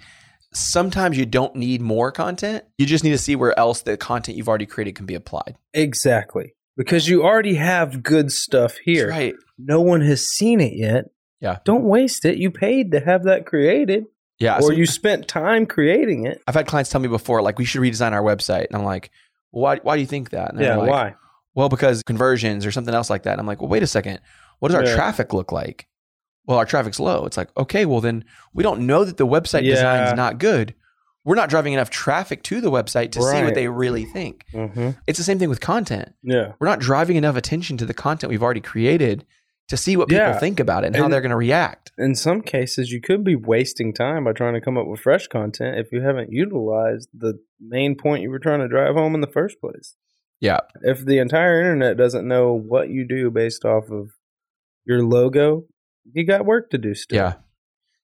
Speaker 2: sometimes you don't need more content. You just need to see where else the content you've already created can be applied.
Speaker 3: Exactly. Because you already have good stuff here.
Speaker 2: That's right.
Speaker 3: No one has seen it yet.
Speaker 2: Yeah.
Speaker 3: Don't waste it. You paid to have that created.
Speaker 2: Yeah.
Speaker 3: or
Speaker 2: so-
Speaker 3: you spent time creating it.
Speaker 2: I've had clients tell me before, like, we should redesign our website. And I'm like, why, why do you think that? And they're like, Well, because conversions or something else like that. And I'm like, well, wait a second. What does our
Speaker 3: Yeah.
Speaker 2: traffic look like? Well, our traffic's low. It's like, okay, well, then we don't know that the website design's
Speaker 3: Yeah.
Speaker 2: not good. We're not driving enough traffic to the website to see what
Speaker 3: Right.
Speaker 2: they really think.
Speaker 3: Mm-hmm.
Speaker 2: It's the same thing with content.
Speaker 3: Yeah.
Speaker 2: We're not driving enough attention to the content we've already created to see what people
Speaker 3: Yeah.
Speaker 2: think about it and how
Speaker 3: And-
Speaker 2: they're going to react.
Speaker 3: In some cases, you could be wasting time by trying to come up with fresh content if you haven't utilized the main point you were trying to drive home in the first place.
Speaker 2: Yeah.
Speaker 3: If the entire internet doesn't know what you do based off of your logo, you got work to do still.
Speaker 2: Yeah.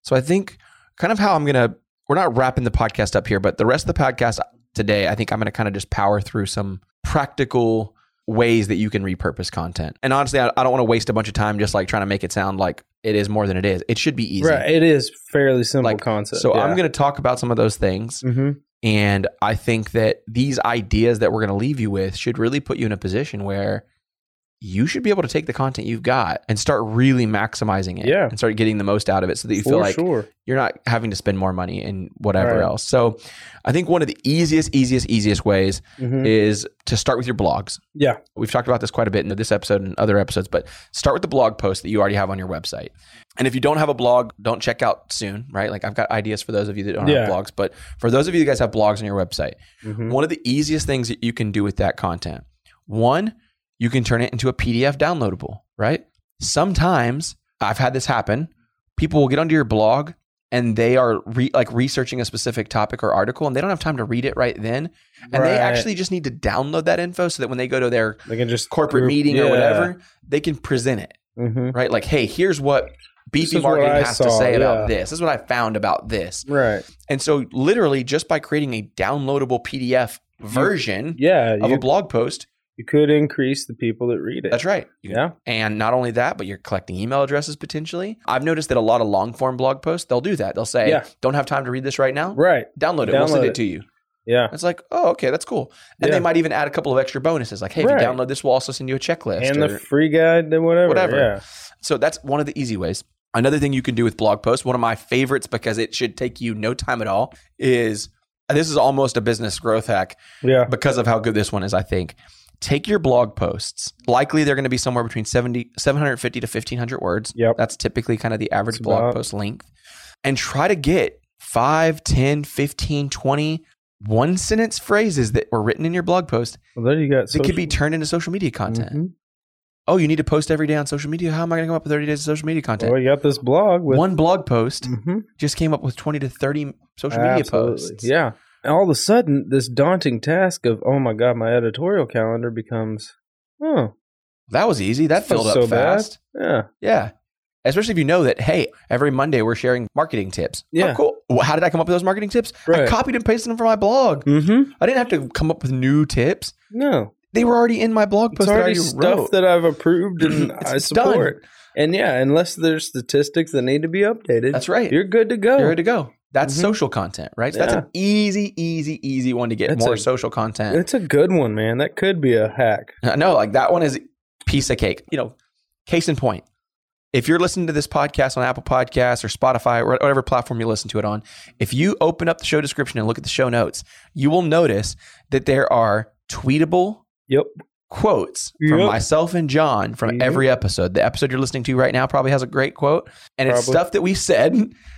Speaker 2: So I think kind of how I'm going to, we're not wrapping the podcast up here, but the rest of the podcast today, I think I'm going to kind of just power through some practical ways that you can repurpose content. And honestly, I, I don't want to waste a bunch of time just like trying to make it sound like it is more than it is. It should be easy.
Speaker 3: Right. It is fairly simple
Speaker 2: Like,
Speaker 3: concept.
Speaker 2: So I'm going to talk about some of those things.
Speaker 3: to. hmm
Speaker 2: And I think that these ideas that we're going to leave you with should really put you in a position where you should be able to take the content you've got and start really maximizing it
Speaker 3: Yeah.
Speaker 2: and start getting the most out of it so that you
Speaker 3: For
Speaker 2: feel like
Speaker 3: sure.
Speaker 2: you're not having to spend more money and whatever
Speaker 3: Right.
Speaker 2: else. So I think one of the easiest, easiest, easiest ways
Speaker 3: Mhm.
Speaker 2: is to start with your blogs.
Speaker 3: Yeah.
Speaker 2: We've talked about this quite a bit in this episode and other episodes, but start with the blog post that you already have on your website. And if you don't have a blog, don't check out soon, right? Like I've got ideas for those of you that don't
Speaker 3: Yeah.
Speaker 2: have blogs, but for those of you guys have blogs on your website,
Speaker 3: Mhm.
Speaker 2: one of the easiest things that you can do with that content, one, you can turn it into a PDF downloadable, right? Sometimes I've had this happen. People will get onto your blog, and they are re- like researching a specific topic or article and they don't have time to read it right then and
Speaker 3: Right.
Speaker 2: they actually just need to download that info so that when they go to their
Speaker 3: they can just
Speaker 2: corporate
Speaker 3: group-
Speaker 2: meeting
Speaker 3: yeah.
Speaker 2: or whatever they can present it
Speaker 3: Mhm.
Speaker 2: right like hey here's what
Speaker 3: This
Speaker 2: BP
Speaker 3: is what
Speaker 2: marketing
Speaker 3: I
Speaker 2: has to
Speaker 3: saw,
Speaker 2: say
Speaker 3: yeah.
Speaker 2: about this. This is what I found about this.
Speaker 3: Right.
Speaker 2: And so, literally, just by creating a downloadable PDF version
Speaker 3: Yeah.
Speaker 2: of
Speaker 3: You,
Speaker 2: a blog post,
Speaker 3: you could increase the people that read it.
Speaker 2: that's right. You
Speaker 3: Yeah.
Speaker 2: And not only that, but you're collecting email addresses potentially. I've noticed that a lot of long form blog posts, they'll do that. They'll say,
Speaker 3: Yeah.
Speaker 2: don't have time to read this right now.
Speaker 3: Right.
Speaker 2: Download it. we'll
Speaker 3: Download
Speaker 2: send it.
Speaker 3: it.
Speaker 2: to you.
Speaker 3: Yeah.
Speaker 2: It's like, oh, okay, that's cool. And
Speaker 3: Yeah.
Speaker 2: they might even add a couple of extra bonuses like, hey, if
Speaker 3: Right.
Speaker 2: you download this, we'll also send you a checklist.
Speaker 3: and
Speaker 2: or-
Speaker 3: the free guide and whatever.
Speaker 2: Whatever.
Speaker 3: Yeah.
Speaker 2: So that's one of the easy ways. Another thing you can do with blog posts, one of my favorites because it should take you no time at all, is and this is almost a business growth hack
Speaker 3: Yeah.
Speaker 2: because of how good this one is, I think. Take your blog posts. Likely they're going to be somewhere between 70, 750 to 1500 words.
Speaker 3: Yep.
Speaker 2: That's typically kind of the average
Speaker 3: That's
Speaker 2: blog
Speaker 3: about-
Speaker 2: post length. And try to get 5, 10, 15, 20 one sentence phrases that were written in your blog post
Speaker 3: Well, there you got.
Speaker 2: that could be turned into social media content.
Speaker 3: Mhm.
Speaker 2: Oh, you need to post every day on social media. How am I going to come up with 30 days of social media content?
Speaker 3: Well, you got this blog with
Speaker 2: one blog post
Speaker 3: Mhm.
Speaker 2: just came up with 20 to 30 social media
Speaker 3: Absolutely.
Speaker 2: posts.
Speaker 3: Yeah. And all of a sudden, this daunting task of oh my god, my editorial calendar becomes oh
Speaker 2: That was easy. That
Speaker 3: That's not
Speaker 2: filled up
Speaker 3: so bad.
Speaker 2: fast.
Speaker 3: yeah
Speaker 2: Yeah. Especially if you know that, hey, every Monday we're sharing marketing tips. Oh,
Speaker 3: Yeah.
Speaker 2: cool. Well, how did I come up with those marketing tips? I
Speaker 3: right
Speaker 2: copied and pasted them from my blog.
Speaker 3: mm-hmm
Speaker 2: I didn't have to come up with new tips.
Speaker 3: no
Speaker 2: They were already in my blog
Speaker 3: it's
Speaker 2: post
Speaker 3: already
Speaker 2: that I already
Speaker 3: stuff
Speaker 2: wrote.
Speaker 3: that I've approved and
Speaker 2: *clears throat* It's
Speaker 3: I
Speaker 2: done.
Speaker 3: support and yeah unless there's statistics that need to be updated
Speaker 2: That's right.
Speaker 3: you're good to go
Speaker 2: You're ready to go. That's
Speaker 3: Mhm.
Speaker 2: social content, right? So
Speaker 3: Yeah.
Speaker 2: That's an easy, easy, easy one to get
Speaker 3: It's
Speaker 2: more
Speaker 3: a-
Speaker 2: social content.
Speaker 3: it's a good one man that could be a hack
Speaker 2: Uh, *laughs* No, like that one is piece of cake. You know, case in point. If you're listening to this podcast on Apple Podcasts or Spotify or whatever platform you listen to it on, if you open up the show description and look at the show notes, you will notice that there are tweetable
Speaker 3: Yep.
Speaker 2: quotes from
Speaker 3: Yep.
Speaker 2: myself and John from
Speaker 3: Yep.
Speaker 2: every episode. The episode you're listening to right now probably has a great quote, and it's
Speaker 3: Probably.
Speaker 2: stuff that we said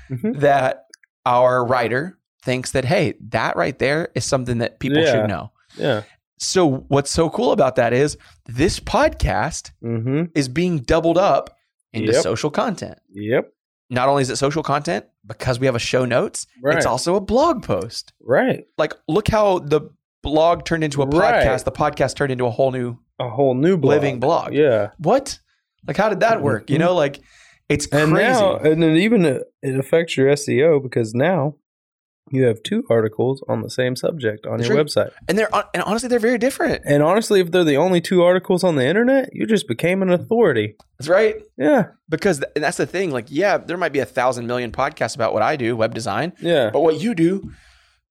Speaker 3: Mhm.
Speaker 2: that our writer thinks that hey, that right there is something that people
Speaker 3: Yeah.
Speaker 2: should know.
Speaker 3: yeah
Speaker 2: So what's so cool about that is this podcast
Speaker 3: mm-hmm
Speaker 2: is being doubled up into
Speaker 3: Yep.
Speaker 2: social content.
Speaker 3: yep
Speaker 2: Not only is it social content because we have a show notes,
Speaker 3: right
Speaker 2: it's also a blog post.
Speaker 3: right
Speaker 2: Like look how the blog turned into a podcast,
Speaker 3: Right.
Speaker 2: the podcast turned into a whole new
Speaker 3: a whole new blog
Speaker 2: living blog.
Speaker 3: yeah Mm-hmm.
Speaker 2: What? Like how did that work? You know, like it's crazy.
Speaker 3: And now, and it even uh, it affects your SEO because now you have two articles on the same subject on
Speaker 2: That's
Speaker 3: your
Speaker 2: right.
Speaker 3: website.
Speaker 2: and they're and honestly they're very different.
Speaker 3: And honestly, if they're the only two articles on the internet, you just became an authority.
Speaker 2: That's right.
Speaker 3: Yeah,
Speaker 2: Because th- and that's the thing. Like, yeah, there might be a thousand million podcasts about what I do, web design,
Speaker 3: yeah,
Speaker 2: but what you do,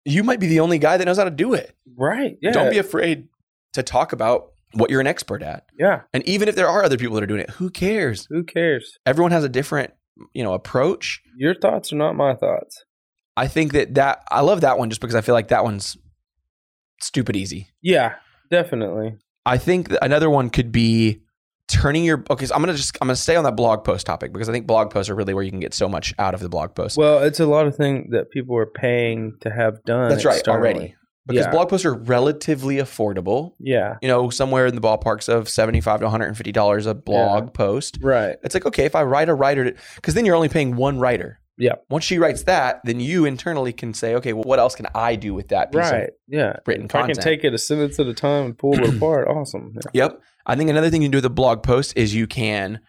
Speaker 2: you might be the only guy that knows how to do it.
Speaker 3: right. Yeah,
Speaker 2: Don't be afraid to talk about what you're an expert at.
Speaker 3: yeah.
Speaker 2: And even if there are other people that are doing it, who cares?
Speaker 3: Who cares?
Speaker 2: Everyone has a different, you know, approach.
Speaker 3: Your thoughts are not my thoughts.
Speaker 2: I think that that I love that one just because I feel like that one's stupid easy.
Speaker 3: Yeah, definitely.
Speaker 2: I think that another one could be turning your okay. So I'm gonna just I'm gonna stay on that blog post topic because I think blog posts are really where you can get so much out of the blog post.
Speaker 3: Well, it's a lot of things that people are paying to have done.
Speaker 2: That's right
Speaker 3: externally.
Speaker 2: already because
Speaker 3: uh, Yeah.
Speaker 2: blog posts are relatively affordable.
Speaker 3: Yeah,
Speaker 2: You know, somewhere in the ballparks of seventy five to one hundred and fifty dollars a blog post.
Speaker 3: right.
Speaker 2: It's like, okay, if I write a writer, because then you're only paying one writer.
Speaker 3: Yeah.
Speaker 2: Once she writes that, then you internally can say, okay, well, what else can I do with that piece
Speaker 3: Right.
Speaker 2: of
Speaker 3: Yeah.
Speaker 2: written
Speaker 3: If I can
Speaker 2: content?
Speaker 3: take it a sentence at a time and pull *clears throat* it apart, awesome.
Speaker 2: yep. I think another thing you can do with a blog post is you can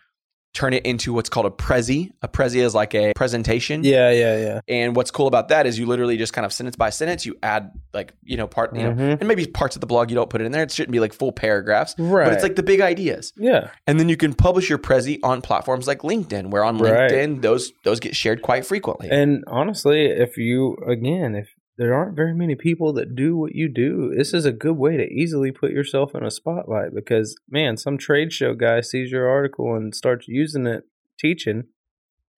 Speaker 2: turn it into what's called a prezi. A prezi is like a presentation.
Speaker 3: Yeah, yeah, yeah.
Speaker 2: And what's cool about that is you literally just kind of sentence by sentence, you add like, you know, part, you know,
Speaker 3: Mhm.
Speaker 2: and maybe parts of the blog you don't put in there. It shouldn't be like full paragraphs,
Speaker 3: Right.
Speaker 2: but it's like the big ideas.
Speaker 3: yeah,
Speaker 2: And then you can publish your prezi on platforms like LinkedIn, where on
Speaker 3: Right.
Speaker 2: LinkedIn those those get shared quite frequently.
Speaker 3: and honestly, if you again, if there aren't very many people that do what you do, this is a good way to easily put yourself in a spotlight because man, some trade show guy sees your article and starts using it teaching,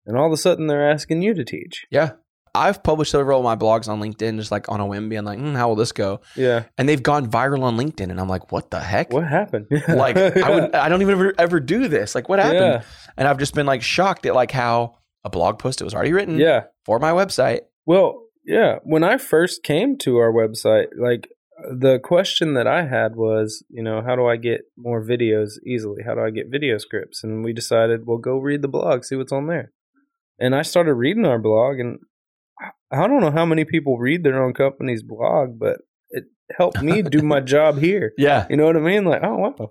Speaker 3: and all of a sudden they're asking you to teach.
Speaker 2: Yeah. I've published several of my blogs on LinkedIn, just like on a whim, being like, hmm, how will this go?
Speaker 3: Yeah,
Speaker 2: And they've gone viral on LinkedIn. And I'm like, what the heck?
Speaker 3: what *laughs* happened?
Speaker 2: Like, I, would, I don't even ever, ever do this. Like, what happened?
Speaker 3: Yeah,
Speaker 2: And I've just been like shocked at like how a blog post that was already written
Speaker 3: yeah.
Speaker 2: for my website.
Speaker 3: Well, yeah. When I first came to our website, like the question that I had was, you know, how do I get more videos easily? How do I get video scripts? And we decided, well, go read the blog, see what's on there. and I started reading our blog, and I- I don't know how many people read their own company's blog, but it helped me
Speaker 2: *laughs*
Speaker 3: do my job here.
Speaker 2: Yeah.
Speaker 3: You know what I mean? Like, oh wow,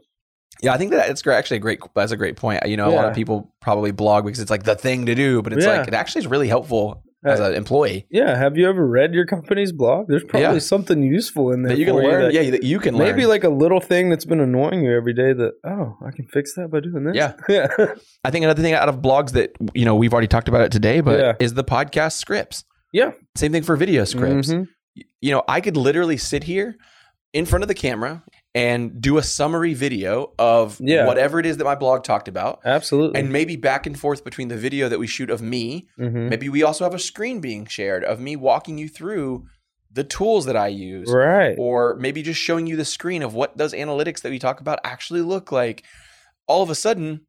Speaker 2: Yeah, I think that it's gr- actually a great. That's a great point. You know, a lot
Speaker 3: Yeah.
Speaker 2: of people probably blog because it's like the thing to do, but it's
Speaker 3: Yeah.
Speaker 2: like it actually is really helpful as
Speaker 3: Uh,
Speaker 2: an employee
Speaker 3: yeah. Have you ever read your company's blog? There's probably
Speaker 2: Yeah.
Speaker 3: something useful in there
Speaker 2: that you can
Speaker 3: for
Speaker 2: learn.
Speaker 3: that-
Speaker 2: yeah, that you can learn.
Speaker 3: Maybe like a little thing that's been annoying you every day that oh I can fix that by doing this
Speaker 2: Yeah.
Speaker 3: *laughs* yeah
Speaker 2: I think another thing out of blogs that you know we've already talked about it today, but
Speaker 3: Yeah.
Speaker 2: is the podcast scripts.
Speaker 3: Yeah.
Speaker 2: Same thing for video scripts.
Speaker 3: Mhm.
Speaker 2: Y- You know, I could literally sit here in front of the camera and do a summary video of
Speaker 3: Yeah.
Speaker 2: whatever it is that my blog talked about.
Speaker 3: absolutely
Speaker 2: And maybe back and forth between the video that we shoot of me
Speaker 3: Mhm.
Speaker 2: Maybe we also have a screen being shared of me walking you through the tools that I use,
Speaker 3: right
Speaker 2: or maybe just showing you the screen of what those analytics that we talk about actually look like. All of a sudden,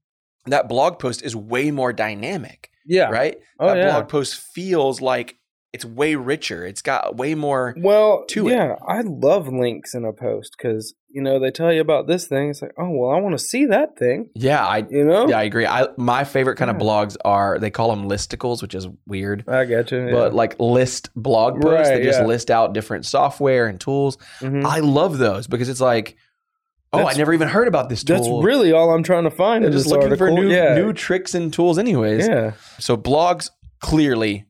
Speaker 2: that blog post is way more dynamic,
Speaker 3: yeah
Speaker 2: right?
Speaker 3: oh
Speaker 2: that
Speaker 3: yeah
Speaker 2: blog post feels like it's way richer. It's got way more.
Speaker 3: well
Speaker 2: to it.
Speaker 3: yeah I love links in a post because you know they tell you about this thing it's like oh well I want to see that thing
Speaker 2: Yeah, I
Speaker 3: you know
Speaker 2: yeah, I agree. I my favorite kind
Speaker 3: Oh. Yeah.
Speaker 2: of blogs are they call them listicles, which is weird.
Speaker 3: I got you yeah.
Speaker 2: But like list blog posts
Speaker 3: Right,
Speaker 2: that just
Speaker 3: yeah.
Speaker 2: list out different software and tools.
Speaker 3: Mhm.
Speaker 2: I love those because it's like, oh,
Speaker 3: That's-
Speaker 2: I never even heard about this tool.
Speaker 3: that's really all I'm trying to find
Speaker 2: They're
Speaker 3: in
Speaker 2: just
Speaker 3: this
Speaker 2: looking for
Speaker 3: article.
Speaker 2: new
Speaker 3: yeah
Speaker 2: new tricks and tools, anyways.
Speaker 3: yeah
Speaker 2: So blogs clearly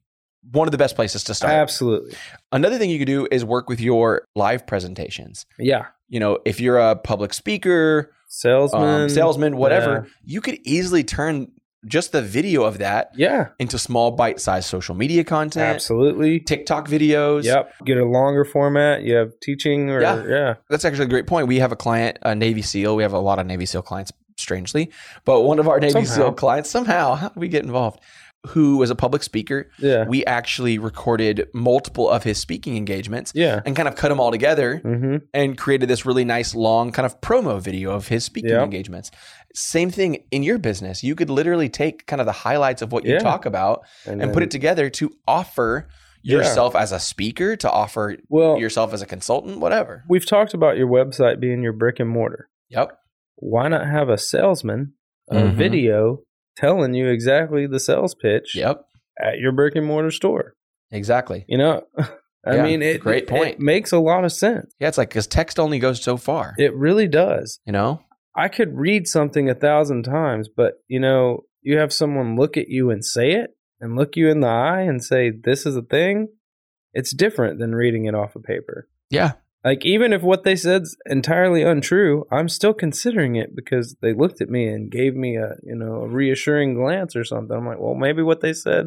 Speaker 2: one of the best places to start.
Speaker 3: absolutely
Speaker 2: Another thing you could do is work with your live presentations.
Speaker 3: yeah
Speaker 2: You know, if you're a public speaker,
Speaker 3: salesman
Speaker 2: um, salesman, whatever, you could easily turn just the video of that
Speaker 3: yeah
Speaker 2: into small bite-sized social media content,
Speaker 3: absolutely
Speaker 2: TikTok videos.
Speaker 3: yep get a longer format you have teaching or
Speaker 2: Yeah.
Speaker 3: yeah.
Speaker 2: That's actually a great point. We have a client, a Navy SEAL. We have a lot of Navy SEAL clients, strangely, but one of our Navy
Speaker 3: Somehow.
Speaker 2: SEAL clients somehow, *laughs* how did we get involved? Who was a public speaker?
Speaker 3: Yeah.
Speaker 2: We actually recorded multiple of his speaking engagements
Speaker 3: Yeah.
Speaker 2: and kind of cut them all together
Speaker 3: hmm
Speaker 2: and created this really nice long kind of promo video of his speaking
Speaker 3: Yeah.
Speaker 2: engagements. Same thing in your business. You could literally take kind of the highlights of what you
Speaker 3: Yeah.
Speaker 2: talk about and, put it together to offer
Speaker 3: Yeah. Oh.
Speaker 2: yourself as a speaker, to offer
Speaker 3: well,
Speaker 2: yourself as a consultant, whatever.
Speaker 3: we've talked about your website being your brick and mortar.
Speaker 2: Yep.
Speaker 3: Why not have a salesman, a
Speaker 2: Mhm.
Speaker 3: video telling you exactly the sales pitch
Speaker 2: Yep.
Speaker 3: at your brick and mortar store?
Speaker 2: Exactly.
Speaker 3: You know, *laughs* I
Speaker 2: Yeah,
Speaker 3: mean, it,
Speaker 2: great
Speaker 3: it-
Speaker 2: point.
Speaker 3: It makes a lot of sense.
Speaker 2: Yeah, it's like because text only goes so far.
Speaker 3: It really does.
Speaker 2: you know?
Speaker 3: I could read something a thousand times, but you know, you have someone look at you and say it and look you in the eye and say, this is a thing. It's different than reading it off of paper.
Speaker 2: Yeah.
Speaker 3: Like even if what they said's entirely untrue, I'm still considering it because they looked at me and gave me a you know a reassuring glance or something. I'm like, well, maybe what they said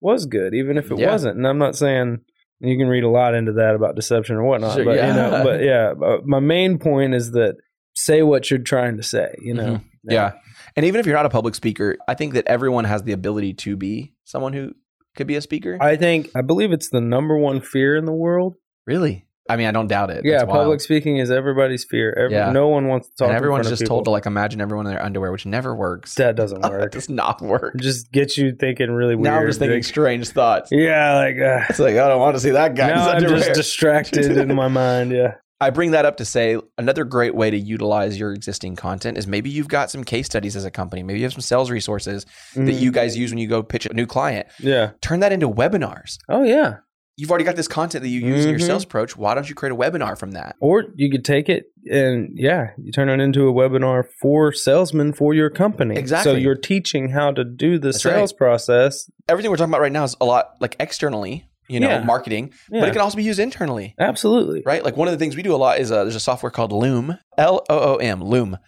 Speaker 3: was good, even if it
Speaker 2: Yeah.
Speaker 3: wasn't. And I'm not saying you can read a lot into that about deception or whatnot,
Speaker 2: Sure,
Speaker 3: but
Speaker 2: yeah.
Speaker 3: you know, but yeah, but my main point is that say what you're trying to say. You know,
Speaker 2: Mm-hmm. Yeah. And even if you're not a public speaker, I think that everyone has the ability to be someone who could be a speaker.
Speaker 3: I think I believe it's the number one fear in the world.
Speaker 2: really? I mean, I don't doubt it.
Speaker 3: yeah,
Speaker 2: That's wild.
Speaker 3: public speaking is everybody's fear. Every,
Speaker 2: Yeah.
Speaker 3: no one wants to talk.
Speaker 2: And
Speaker 3: in
Speaker 2: everyone's
Speaker 3: front of
Speaker 2: just told to
Speaker 3: people.
Speaker 2: like imagine everyone in their underwear, which never works. *laughs*
Speaker 3: That doesn't
Speaker 2: That
Speaker 3: work.
Speaker 2: does not work.
Speaker 3: just get you thinking really weird.
Speaker 2: Now I'm just thinking
Speaker 3: like-
Speaker 2: strange thoughts. *laughs*
Speaker 3: yeah, like uh,
Speaker 2: It's like, I don't want to see that guy. in his
Speaker 3: now I'm
Speaker 2: underwear.
Speaker 3: just distracted in my mind. Yeah,
Speaker 2: I bring that up to say another great way to utilize your existing content is maybe you've got some case studies as a company. Maybe you have some sales resources *laughs* that
Speaker 3: Mhm.
Speaker 2: you guys use when you go pitch a new client.
Speaker 3: yeah.
Speaker 2: Turn that into webinars.
Speaker 3: Oh yeah.
Speaker 2: You've already got this content that you use in your
Speaker 3: Mhm.
Speaker 2: sales approach. Why don't you create a webinar from that?
Speaker 3: Or you could take it and yeah, you turn it into a webinar for salesmen for your company. So
Speaker 2: Exactly.
Speaker 3: you're teaching how to do the
Speaker 2: That's
Speaker 3: sales process.
Speaker 2: Everything we're talking about right now is a lot like externally, you know,
Speaker 3: Yeah.
Speaker 2: marketing,
Speaker 3: Yeah,
Speaker 2: but it can also be used internally,
Speaker 3: absolutely.
Speaker 2: right? Like one of the things we do a lot is uh, there's a software called Loom, L O O M, Loom,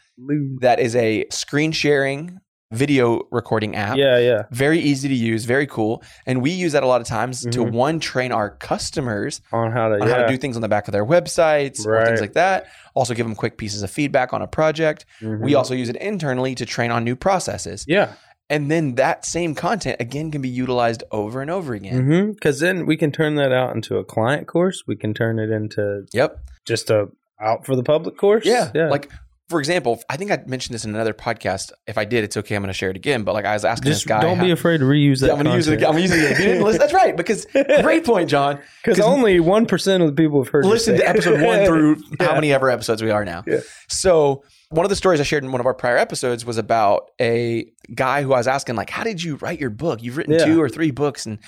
Speaker 2: that is a screen sharing video recording app.
Speaker 3: Yeah, yeah.
Speaker 2: very easy to use, very cool. And we use that a lot of times to
Speaker 3: Mhm.
Speaker 2: one train our customers
Speaker 3: On how to
Speaker 2: on
Speaker 3: yeah.
Speaker 2: how to do things on the back of their websites or
Speaker 3: Right.
Speaker 2: things like that. Also give them quick pieces of feedback on a project. We
Speaker 3: Mhm.
Speaker 2: also use it internally to train on new processes.
Speaker 3: yeah.
Speaker 2: And then that same content again can be utilized over and over again.
Speaker 3: Mm-hmm. Because then we can turn that out into a client course. We can turn it into
Speaker 2: Yep.
Speaker 3: just a out for the public course.
Speaker 2: Yeah.
Speaker 3: yeah.
Speaker 2: Like for example, I think I mentioned this in another podcast. If I did, it's okay. I'm going to share it again. But like I was asking
Speaker 3: Just
Speaker 2: this guy,
Speaker 3: don't
Speaker 2: how-
Speaker 3: be afraid to reuse that.
Speaker 2: Yeah, I'm going to use it. Again. I'm going to use it. Again. You
Speaker 3: *laughs*
Speaker 2: didn't listen. That's right. Because great point, John.
Speaker 3: Because only one percent of the people have heard. you
Speaker 2: Listen
Speaker 3: say *laughs*
Speaker 2: to
Speaker 3: it.
Speaker 2: episode one through how
Speaker 3: Yeah.
Speaker 2: many ever episodes we are now.
Speaker 3: Yeah.
Speaker 2: So one of the stories I shared in one of our prior episodes was about a guy who I was asking, like, how did you write your book? You've written
Speaker 3: Yeah.
Speaker 2: two or three books. And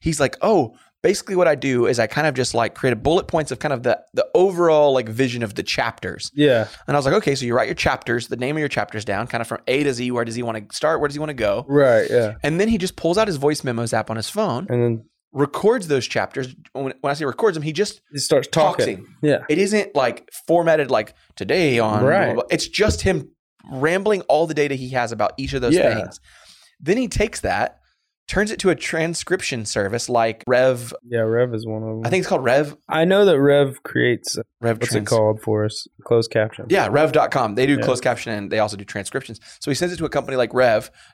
Speaker 2: he's like, oh, basically what I do is I kind of just like create a bullet points of kind of the the overall like vision of the chapters.
Speaker 3: Yeah,
Speaker 2: And I was like, okay, so you write your chapters, the name of your chapters down, kind of from A to Z, where does he want to start? Where does he want to go?
Speaker 3: right. Yeah,
Speaker 2: And then he just pulls out his voice memos app on his phone,
Speaker 3: and then
Speaker 2: records those chapters. When, when I say records them, he just
Speaker 3: it starts
Speaker 2: talks
Speaker 3: talking.
Speaker 2: him.
Speaker 3: Yeah,
Speaker 2: It isn't like formatted like today on. blah, blah,
Speaker 3: Right.
Speaker 2: blah. It's just him rambling all the data he has about each of those
Speaker 3: Yeah.
Speaker 2: things. Then he takes that, turns it to a transcription service like Rev.
Speaker 3: yeah. Rev is one of them.
Speaker 2: I think it's called Rev.
Speaker 3: I know that Rev creates uh,
Speaker 2: Rev
Speaker 3: what's it
Speaker 2: Trans-
Speaker 3: called for us? Closed caption.
Speaker 2: Yeah, rev.com. They do
Speaker 3: Yeah.
Speaker 2: closed caption and they also do transcriptions. So he sends it to a company like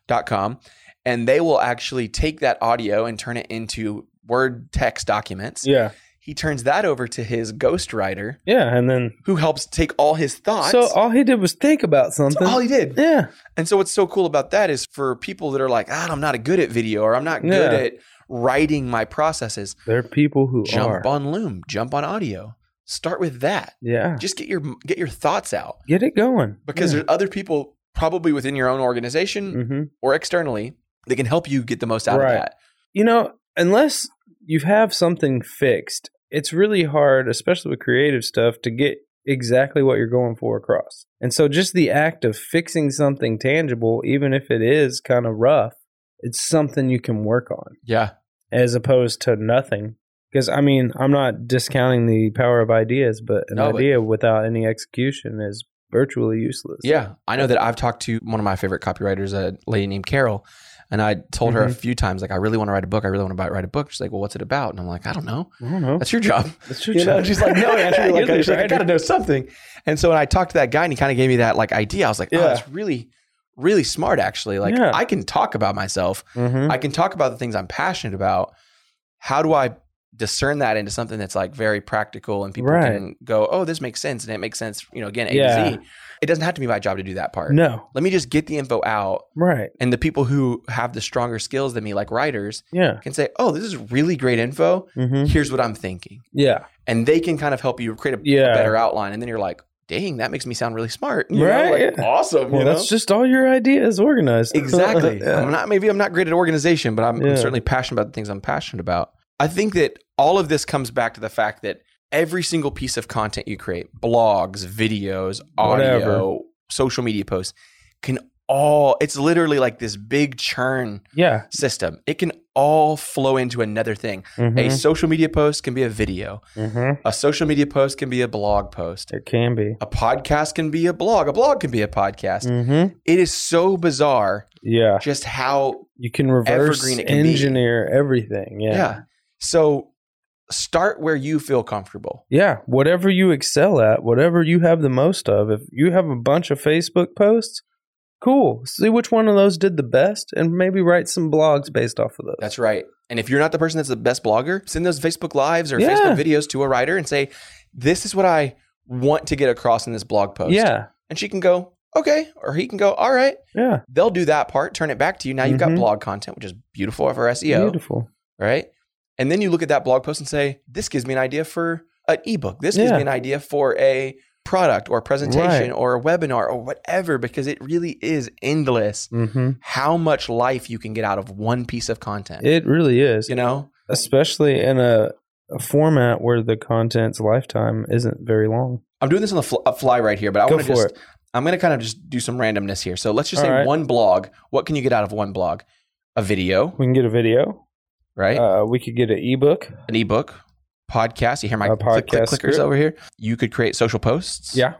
Speaker 2: rev.com and they will actually take that audio and turn it into Word text documents.
Speaker 3: yeah,
Speaker 2: He turns that over to his ghostwriter
Speaker 3: yeah. And then
Speaker 2: who helps take all his thoughts.
Speaker 3: so uh, all he did was think about
Speaker 2: That's
Speaker 3: something.
Speaker 2: Oh, all he did.
Speaker 3: yeah,
Speaker 2: And so what's so cool about that is for people that are like, ah, I'm not good at video or I'm not good
Speaker 3: Yeah.
Speaker 2: at writing my processes,
Speaker 3: there are people who
Speaker 2: jump
Speaker 3: are.
Speaker 2: on Loom, jump on audio. Start with that.
Speaker 3: Yeah,
Speaker 2: Just get your get your thoughts out
Speaker 3: get it going
Speaker 2: because there's other people probably within your own organization
Speaker 3: hmm
Speaker 2: or externally that can help you get the most out
Speaker 3: Right.
Speaker 2: of that.
Speaker 3: you know, unless you have something fixed, it's really hard, especially with creative stuff, to get exactly what you're going for across. And so just the act of fixing something tangible, even if it is kind of rough, it's something you can work on
Speaker 2: Yeah.
Speaker 3: as opposed to nothing. Because I mean, I'm not discounting the power of ideas, but an
Speaker 2: No, but-
Speaker 3: idea without any execution is virtually useless.
Speaker 2: Yeah. I know that I've talked to one of my favorite copywriters, a lady named Carol, and I told her a few times, like, I really want to write a book. I really want to buy- write a book. She's like, well, what's it about? And I'm like, I don't know.
Speaker 3: I don't know.
Speaker 2: That's your job.
Speaker 3: That's
Speaker 2: *laughs*
Speaker 3: your
Speaker 2: You know,
Speaker 3: job.
Speaker 2: she's like, no,
Speaker 3: *laughs*
Speaker 2: actually, like,
Speaker 3: You're
Speaker 2: I,
Speaker 3: the
Speaker 2: she's like, I gotta
Speaker 3: writer.
Speaker 2: know something. And so when I talked to that guy and he kind of gave me that like idea, I was like, oh,
Speaker 3: Yeah.
Speaker 2: that's really, really smart, actually. Like,
Speaker 3: Yeah.
Speaker 2: I can talk about myself.
Speaker 3: Mhm.
Speaker 2: I can talk about the things I'm passionate about. How do I discern that into something that's like very practical and people
Speaker 3: Right.
Speaker 2: can go, oh, this makes sense. And it makes sense, you know, again, A
Speaker 3: Yeah.
Speaker 2: to Z. It doesn't have to be my job to do that part.
Speaker 3: No.
Speaker 2: Let me just get the info out.
Speaker 3: Right.
Speaker 2: And the people who have the stronger skills than me, like writers,
Speaker 3: Yeah.
Speaker 2: can say, oh, this is really great info.
Speaker 3: hmm
Speaker 2: Here's what I'm thinking.
Speaker 3: Yeah.
Speaker 2: And they can kind of help you create a
Speaker 3: Yeah.
Speaker 2: better outline. And then you're like, dang, that makes me sound really smart. You know,
Speaker 3: Right,
Speaker 2: like,
Speaker 3: yeah.
Speaker 2: Awesome.
Speaker 3: Well,
Speaker 2: you know?
Speaker 3: that's just *laughs* all your ideas
Speaker 2: *laughs*
Speaker 3: organized. *laughs*
Speaker 2: Exactly.
Speaker 3: Yeah.
Speaker 2: I'm not maybe I'm not great at organization, but I'm, I'm
Speaker 3: Yeah.
Speaker 2: certainly passionate about the things I'm passionate about. I think that all of this comes back to the fact that every single piece of content you create, blogs, videos, audio,
Speaker 3: Whatever.
Speaker 2: social media posts, can all it's literally like this big churn
Speaker 3: yeah.
Speaker 2: system. It can all flow into another thing. A
Speaker 3: Mhm.
Speaker 2: social media post can be a video.
Speaker 3: Mhm.
Speaker 2: A social media post can be a blog post.
Speaker 3: It can be.
Speaker 2: A podcast can be a blog. A blog can be a podcast.
Speaker 3: Mm-hmm.
Speaker 2: It is so bizarre
Speaker 3: Yeah.
Speaker 2: just how
Speaker 3: You can reverse
Speaker 2: Evergreen it can be.
Speaker 3: engineer everything. Yeah.
Speaker 2: Yeah.
Speaker 3: yeah.
Speaker 2: So start where you feel comfortable.
Speaker 3: Whatever you excel at, whatever you have the most of, if you have a bunch of Facebook posts, cool. See which one of those did the best and maybe write some blogs based off of those.
Speaker 2: That's right. And if you're not the person that's the best blogger, send those Facebook lives or
Speaker 3: Yeah.
Speaker 2: Facebook videos to a writer and say, "This is what I want to get across in this blog post."
Speaker 3: Yeah.
Speaker 2: And she can go, "Okay," or he can go, "All right."
Speaker 3: Yeah.
Speaker 2: They'll do that part, turn it back to you. Now you've got
Speaker 3: Mhm.
Speaker 2: blog content, which is beautiful for E SEO,
Speaker 3: Beautiful.
Speaker 2: right? And then you look at that blog post and say, "This gives me an idea for an ebook. This gives
Speaker 3: Yeah.
Speaker 2: me an idea for a product or a presentation
Speaker 3: Right.
Speaker 2: or a webinar or whatever because it really is endless
Speaker 3: Mm-hmm.
Speaker 2: how much life you can get out of one piece of content.
Speaker 3: It really is.
Speaker 2: you know?
Speaker 3: especially in a, a format where the content's lifetime isn't very long.
Speaker 2: I'm doing this on the fl- uh, fly right here, but I
Speaker 3: Go
Speaker 2: want to
Speaker 3: for
Speaker 2: just I'm going to kind of just do some randomness here. So let's just
Speaker 3: All
Speaker 2: say
Speaker 3: right.
Speaker 2: one blog. What can you get out of one blog? A video,
Speaker 3: We can get a video.
Speaker 2: right?
Speaker 3: Uh, we could get an ebook.
Speaker 2: An ebook, podcast. You hear my
Speaker 3: a
Speaker 2: click, click,
Speaker 3: podcast
Speaker 2: clickers
Speaker 3: script.
Speaker 2: over here. You could create social posts.
Speaker 3: Yeah.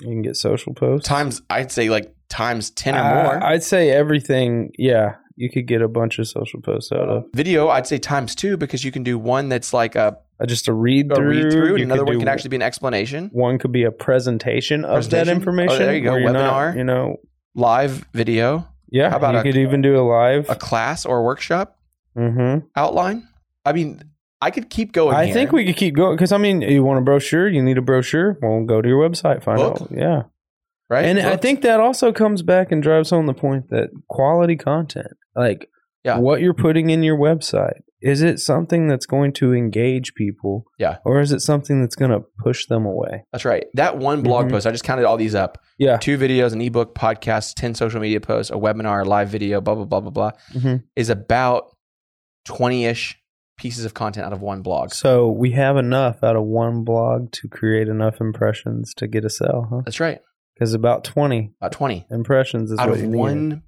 Speaker 3: We can get social posts.
Speaker 2: Times I'd say like times 10 or
Speaker 3: Uh,
Speaker 2: more.
Speaker 3: I'd say everything. Yeah, you could get a bunch of social posts out of
Speaker 2: video, I'd say times 2 because you can do one that's like a,
Speaker 3: uh, just a read
Speaker 2: a
Speaker 3: through.
Speaker 2: read through and another one
Speaker 3: do-
Speaker 2: can actually be an explanation.
Speaker 3: One could be a presentation of
Speaker 2: Presentation?
Speaker 3: that information.
Speaker 2: Oh, there you go,
Speaker 3: where you're not,
Speaker 2: webinar.
Speaker 3: you know,
Speaker 2: Live video,
Speaker 3: yeah.
Speaker 2: How about
Speaker 3: you
Speaker 2: a-
Speaker 3: could even do a live.
Speaker 2: a class or a workshop.
Speaker 3: mm-hmm.
Speaker 2: outline? I mean, I could keep going.
Speaker 3: I
Speaker 2: here.
Speaker 3: think we could keep going because I mean, you want a brochure, you need a brochure. Well, go to your website, find
Speaker 2: Book?
Speaker 3: out. Yeah,
Speaker 2: right?
Speaker 3: And I
Speaker 2: Looks.
Speaker 3: think that also comes back and drives home the point that quality content, like
Speaker 2: Yeah.
Speaker 3: what you're putting in your website, is it something that's going to engage people?
Speaker 2: Yeah.
Speaker 3: Or is it something that's going to push them away?
Speaker 2: that's right. That one blog
Speaker 3: Mhm.
Speaker 2: post, I just counted all these up:
Speaker 3: Yeah.
Speaker 2: two videos, an ebook, podcast, ten social media posts, a webinar, a live video, blah blah blah blah blah,
Speaker 3: Mhm.
Speaker 2: is about twenty-ish pieces of content out of one blog.
Speaker 3: So we have enough out of one blog to create enough impressions to get a sell, huh?
Speaker 2: That's right,
Speaker 3: Because about 20
Speaker 2: about twenty.
Speaker 3: impressions is
Speaker 2: out
Speaker 3: what
Speaker 2: of
Speaker 3: you need.
Speaker 2: one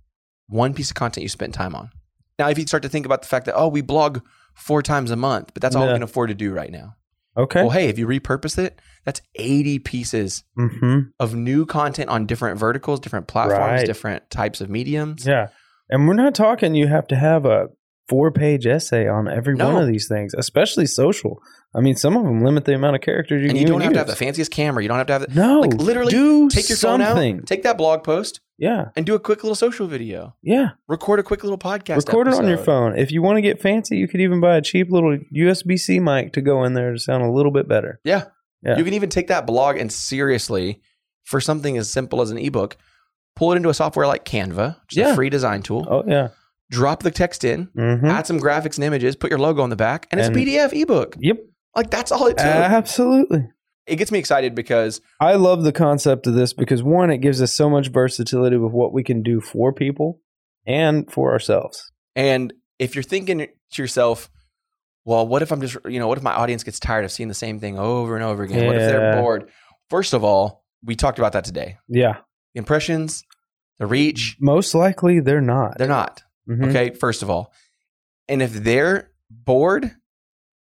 Speaker 2: one piece of content you spent time on. Now, if you start to think about the fact that oh, we blog four times a month, but that's all we
Speaker 3: Yeah.
Speaker 2: can afford to do right now.
Speaker 3: Okay.
Speaker 2: Well, hey, if you repurpose it, that's eighty pieces
Speaker 3: mm-hmm.
Speaker 2: of new content on different verticals, different platforms,
Speaker 3: Right.
Speaker 2: different types of mediums.
Speaker 3: Yeah. And we're not talking you have to have a four page essay on every
Speaker 2: No.
Speaker 3: one of these things, especially social. I I mean, some of them limit the amount of characters you
Speaker 2: and
Speaker 3: can
Speaker 2: you don't have
Speaker 3: even
Speaker 2: to have the
Speaker 3: use.
Speaker 2: fanciest camera. You don't have to have the,
Speaker 3: No,
Speaker 2: like literally
Speaker 3: do
Speaker 2: take your
Speaker 3: something.
Speaker 2: phone out, take that blog post,
Speaker 3: yeah,
Speaker 2: and do a quick little social video.
Speaker 3: yeah.
Speaker 2: Record a quick little podcast.
Speaker 3: Record it on your
Speaker 2: episode.
Speaker 3: phone. If you want to get fancy, you could even buy a cheap little USB C mic to go in there to sound a little bit better.
Speaker 2: Yeah.
Speaker 3: Yeah.
Speaker 2: You can even take that blog and seriously, for something as simple as an ebook, pull it into a software like Canva, which is a
Speaker 3: Yeah.
Speaker 2: free design tool.
Speaker 3: Oh yeah,
Speaker 2: Drop the text in,
Speaker 3: hmm
Speaker 2: add some graphics and images, put your logo on the back, and it's
Speaker 3: And- Uh-huh.
Speaker 2: a PDF ebook.
Speaker 3: yep,
Speaker 2: Like that's all it took.
Speaker 3: absolutely.
Speaker 2: it gets me excited because
Speaker 3: I love the concept of this because one, it gives us so much versatility with what we can do for people and for ourselves.
Speaker 2: and if you're thinking to yourself, well, what if I'm just you know, what if my audience gets tired of seeing the same thing over and over again? What if they're
Speaker 3: Yeah.
Speaker 2: bored? First of all, we talked about that today.
Speaker 3: Yeah,
Speaker 2: Impressions, the reach,
Speaker 3: most likely they're not.
Speaker 2: they're not.
Speaker 3: Mhm.
Speaker 2: Okay, first of all. And if they're bored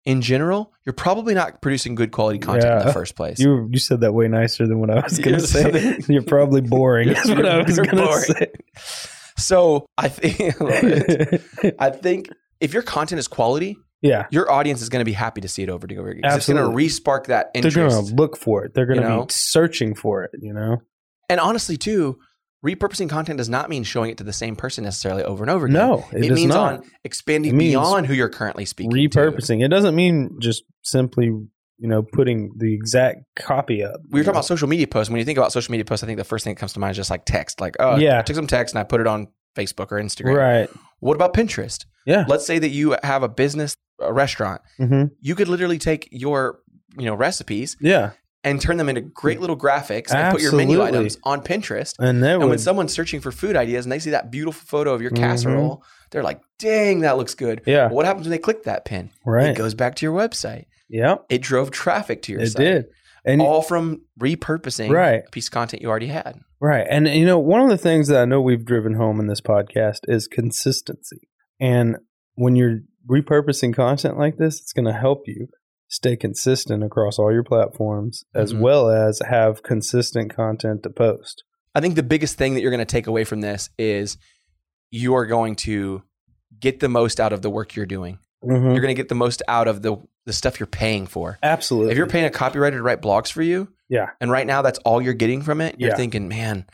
Speaker 2: in general, you're probably not producing good quality content in
Speaker 3: Yeah.
Speaker 2: the first place.
Speaker 3: You you said that way nicer than what I was going
Speaker 2: You *laughs*
Speaker 3: to say.
Speaker 2: said-
Speaker 3: You're probably boring. *laughs* is what I was
Speaker 2: You're
Speaker 3: going to
Speaker 2: boring.
Speaker 3: say.
Speaker 2: so I think *laughs*
Speaker 3: *laughs*
Speaker 2: I think if your content is quality,
Speaker 3: yeah,
Speaker 2: your audience is going to be happy to see it over and over again. 'cause It's going to
Speaker 3: Absolutely.
Speaker 2: respark that
Speaker 3: they're
Speaker 2: interest.
Speaker 3: going to look for it. They're going
Speaker 2: You
Speaker 3: to
Speaker 2: know?
Speaker 3: be searching for it. You know?
Speaker 2: And honestly, too, repurposing content does not mean showing it to the same person necessarily over and over again.
Speaker 3: No, it,
Speaker 2: It,
Speaker 3: does
Speaker 2: means
Speaker 3: not.
Speaker 2: on expanding
Speaker 3: It means
Speaker 2: beyond who you're currently speaking. to.
Speaker 3: Repurposing. It doesn't mean just simply you know putting the exact copy up.
Speaker 2: we were
Speaker 3: you
Speaker 2: talking
Speaker 3: know?
Speaker 2: about social media posts. When you think about social media posts, I think the first thing that comes to mind is just like text. Like, oh, yeah.
Speaker 3: Yeah.
Speaker 2: I took some text and I put it on Facebook or Instagram.
Speaker 3: right?
Speaker 2: What about Pinterest?
Speaker 3: Yeah.
Speaker 2: Let's say that you have a business, a restaurant.
Speaker 3: hmm
Speaker 2: You could literally take your, you know, recipes
Speaker 3: Yeah,
Speaker 2: and turn them into great little graphics and put your menu
Speaker 3: Absolutely.
Speaker 2: items on Pinterest.
Speaker 3: and that
Speaker 2: And when
Speaker 3: would.
Speaker 2: someone's searching for food ideas and they see that beautiful photo of your
Speaker 3: Mhm.
Speaker 2: casserole, they're like, "Dang, that looks good."
Speaker 3: yeah,
Speaker 2: What happens when they click that pin? It
Speaker 3: right.
Speaker 2: goes back to your website.
Speaker 3: Yeah,
Speaker 2: It drove traffic to your
Speaker 3: it
Speaker 2: site.
Speaker 3: did. And
Speaker 2: All from repurposing
Speaker 3: right.
Speaker 2: a piece of content you already had.
Speaker 3: Right. And, you know, one of the things that I know we've driven home in this podcast is consistency. And when you're repurposing content like this, it's going to help you stay consistent across all your platforms as
Speaker 2: Mhm.
Speaker 3: well as have consistent content to post.
Speaker 2: I think the biggest thing that you're going to take away from this is you are going to get the most out of the work you're doing. You're going to get the most out of the the stuff you're paying for.
Speaker 3: Absolutely.
Speaker 2: If you're paying a copywriter to write blogs for you,
Speaker 3: Yeah.
Speaker 2: and right now that's all you're getting from it, you're
Speaker 3: Yeah.
Speaker 2: thinking, man,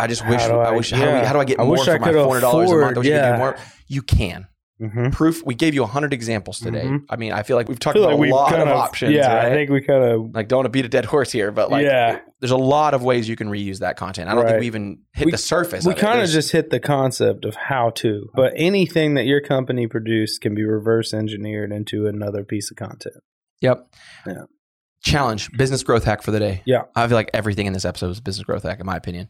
Speaker 2: I just
Speaker 3: How
Speaker 2: wish I,
Speaker 3: do I-
Speaker 2: wish how, do we,
Speaker 3: yeah.
Speaker 2: how do I get
Speaker 3: I
Speaker 2: more
Speaker 3: wish
Speaker 2: for
Speaker 3: I
Speaker 2: my
Speaker 3: could
Speaker 2: four hundred dollars a month? I
Speaker 3: afford-
Speaker 2: wish I could do
Speaker 3: yeah.
Speaker 2: more. You can.
Speaker 3: Mhm.
Speaker 2: Proof. We gave you hundred examples today.
Speaker 3: Mhm.
Speaker 2: I mean, I feel like we've
Speaker 3: I
Speaker 2: talked
Speaker 3: feel
Speaker 2: about
Speaker 3: like
Speaker 2: a
Speaker 3: we've
Speaker 2: lot
Speaker 3: kind
Speaker 2: of,
Speaker 3: of,
Speaker 2: options.
Speaker 3: Yeah,
Speaker 2: right?
Speaker 3: I think we kind of.
Speaker 2: like don't want to beat a dead horse here, but like
Speaker 3: Yeah.
Speaker 2: there's a lot of ways you can reuse that content. I don't think
Speaker 3: Right.
Speaker 2: we even hit
Speaker 3: We-
Speaker 2: the surface.
Speaker 3: We
Speaker 2: it.
Speaker 3: kind of
Speaker 2: There's-
Speaker 3: just hit the concept of how to, but anything that your company produced can be reverse engineered into another piece of content.
Speaker 2: Yep.
Speaker 3: Yeah.
Speaker 2: Challenge business growth hack for the day.
Speaker 3: Yeah.
Speaker 2: I feel like everything in this episode is business growth hack, in my opinion.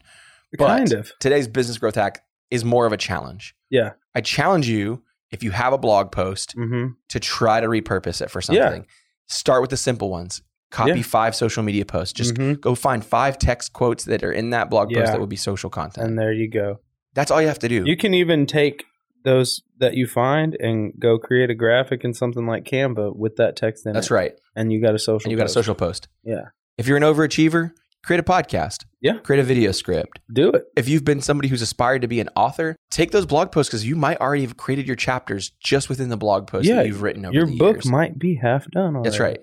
Speaker 2: But-
Speaker 3: kind of.
Speaker 2: Today's business growth hack is more of a challenge.
Speaker 3: Yeah.
Speaker 2: I challenge you if you have a blog post
Speaker 3: Mm-hmm.
Speaker 2: to try to repurpose it for
Speaker 3: Yeah.
Speaker 2: something. Start with the simple ones. Copy
Speaker 3: Yeah.
Speaker 2: five social media posts. Just
Speaker 3: Mhm.
Speaker 2: go find five text quotes that are in that blog post
Speaker 3: Yeah.
Speaker 2: that would be social content.
Speaker 3: and there you go.
Speaker 2: That's all you have to do.
Speaker 3: You can even take those that you find and go create a graphic in something like Canva with that text in
Speaker 2: That's
Speaker 3: it.
Speaker 2: right.
Speaker 3: And you got a social.
Speaker 2: And you got a
Speaker 3: post.
Speaker 2: social post.
Speaker 3: Yeah.
Speaker 2: If you're an overachiever, create a podcast.
Speaker 3: Yeah.
Speaker 2: Create a video script.
Speaker 3: Do it.
Speaker 2: if you've been somebody who's aspired to be an author, take those blog posts because you might already have created your chapters just within the blog post
Speaker 3: Yeah,
Speaker 2: that you've written over
Speaker 3: Your
Speaker 2: the
Speaker 3: book
Speaker 2: years.
Speaker 3: might be half done. Already.
Speaker 2: That's right.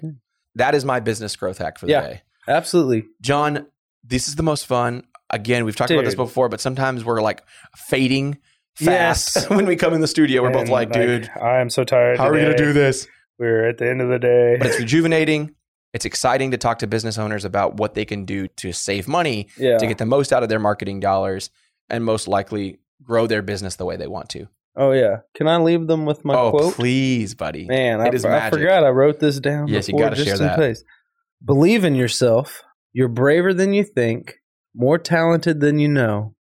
Speaker 2: that is my business growth hack for the
Speaker 3: Yeah.
Speaker 2: day.
Speaker 3: Absolutely.
Speaker 2: John, this is the most fun. Again, we've talked about this
Speaker 3: Dude.
Speaker 2: before, but sometimes we're like fading fast *laughs*
Speaker 3: Yes.
Speaker 2: when we come in the studio. We're both
Speaker 3: And,
Speaker 2: like, dude,
Speaker 3: I am so tired.
Speaker 2: how are we going to
Speaker 3: today.
Speaker 2: do this?
Speaker 3: *laughs* We're at the end of the day.
Speaker 2: But it's rejuvenating. It's exciting to talk to business owners about what they can do to save money
Speaker 3: Yeah.
Speaker 2: to get the most out of their marketing dollars and most likely grow their business the way they want to.
Speaker 3: oh yeah. Can I leave them with my
Speaker 2: oh,
Speaker 3: quote?
Speaker 2: please, buddy.
Speaker 3: Man, I,
Speaker 2: It is
Speaker 3: I
Speaker 2: magic.
Speaker 3: forgot I wrote this down.
Speaker 2: Yes, you
Speaker 3: before,
Speaker 2: gotta
Speaker 3: just
Speaker 2: share
Speaker 3: in
Speaker 2: that.
Speaker 3: Case. Believe in yourself. You're braver than you think, more talented than you know,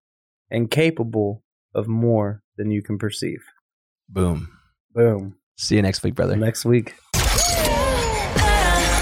Speaker 3: and capable of more than you can perceive.
Speaker 2: Boom.
Speaker 3: Boom.
Speaker 2: See you next week, brother.
Speaker 3: Next week.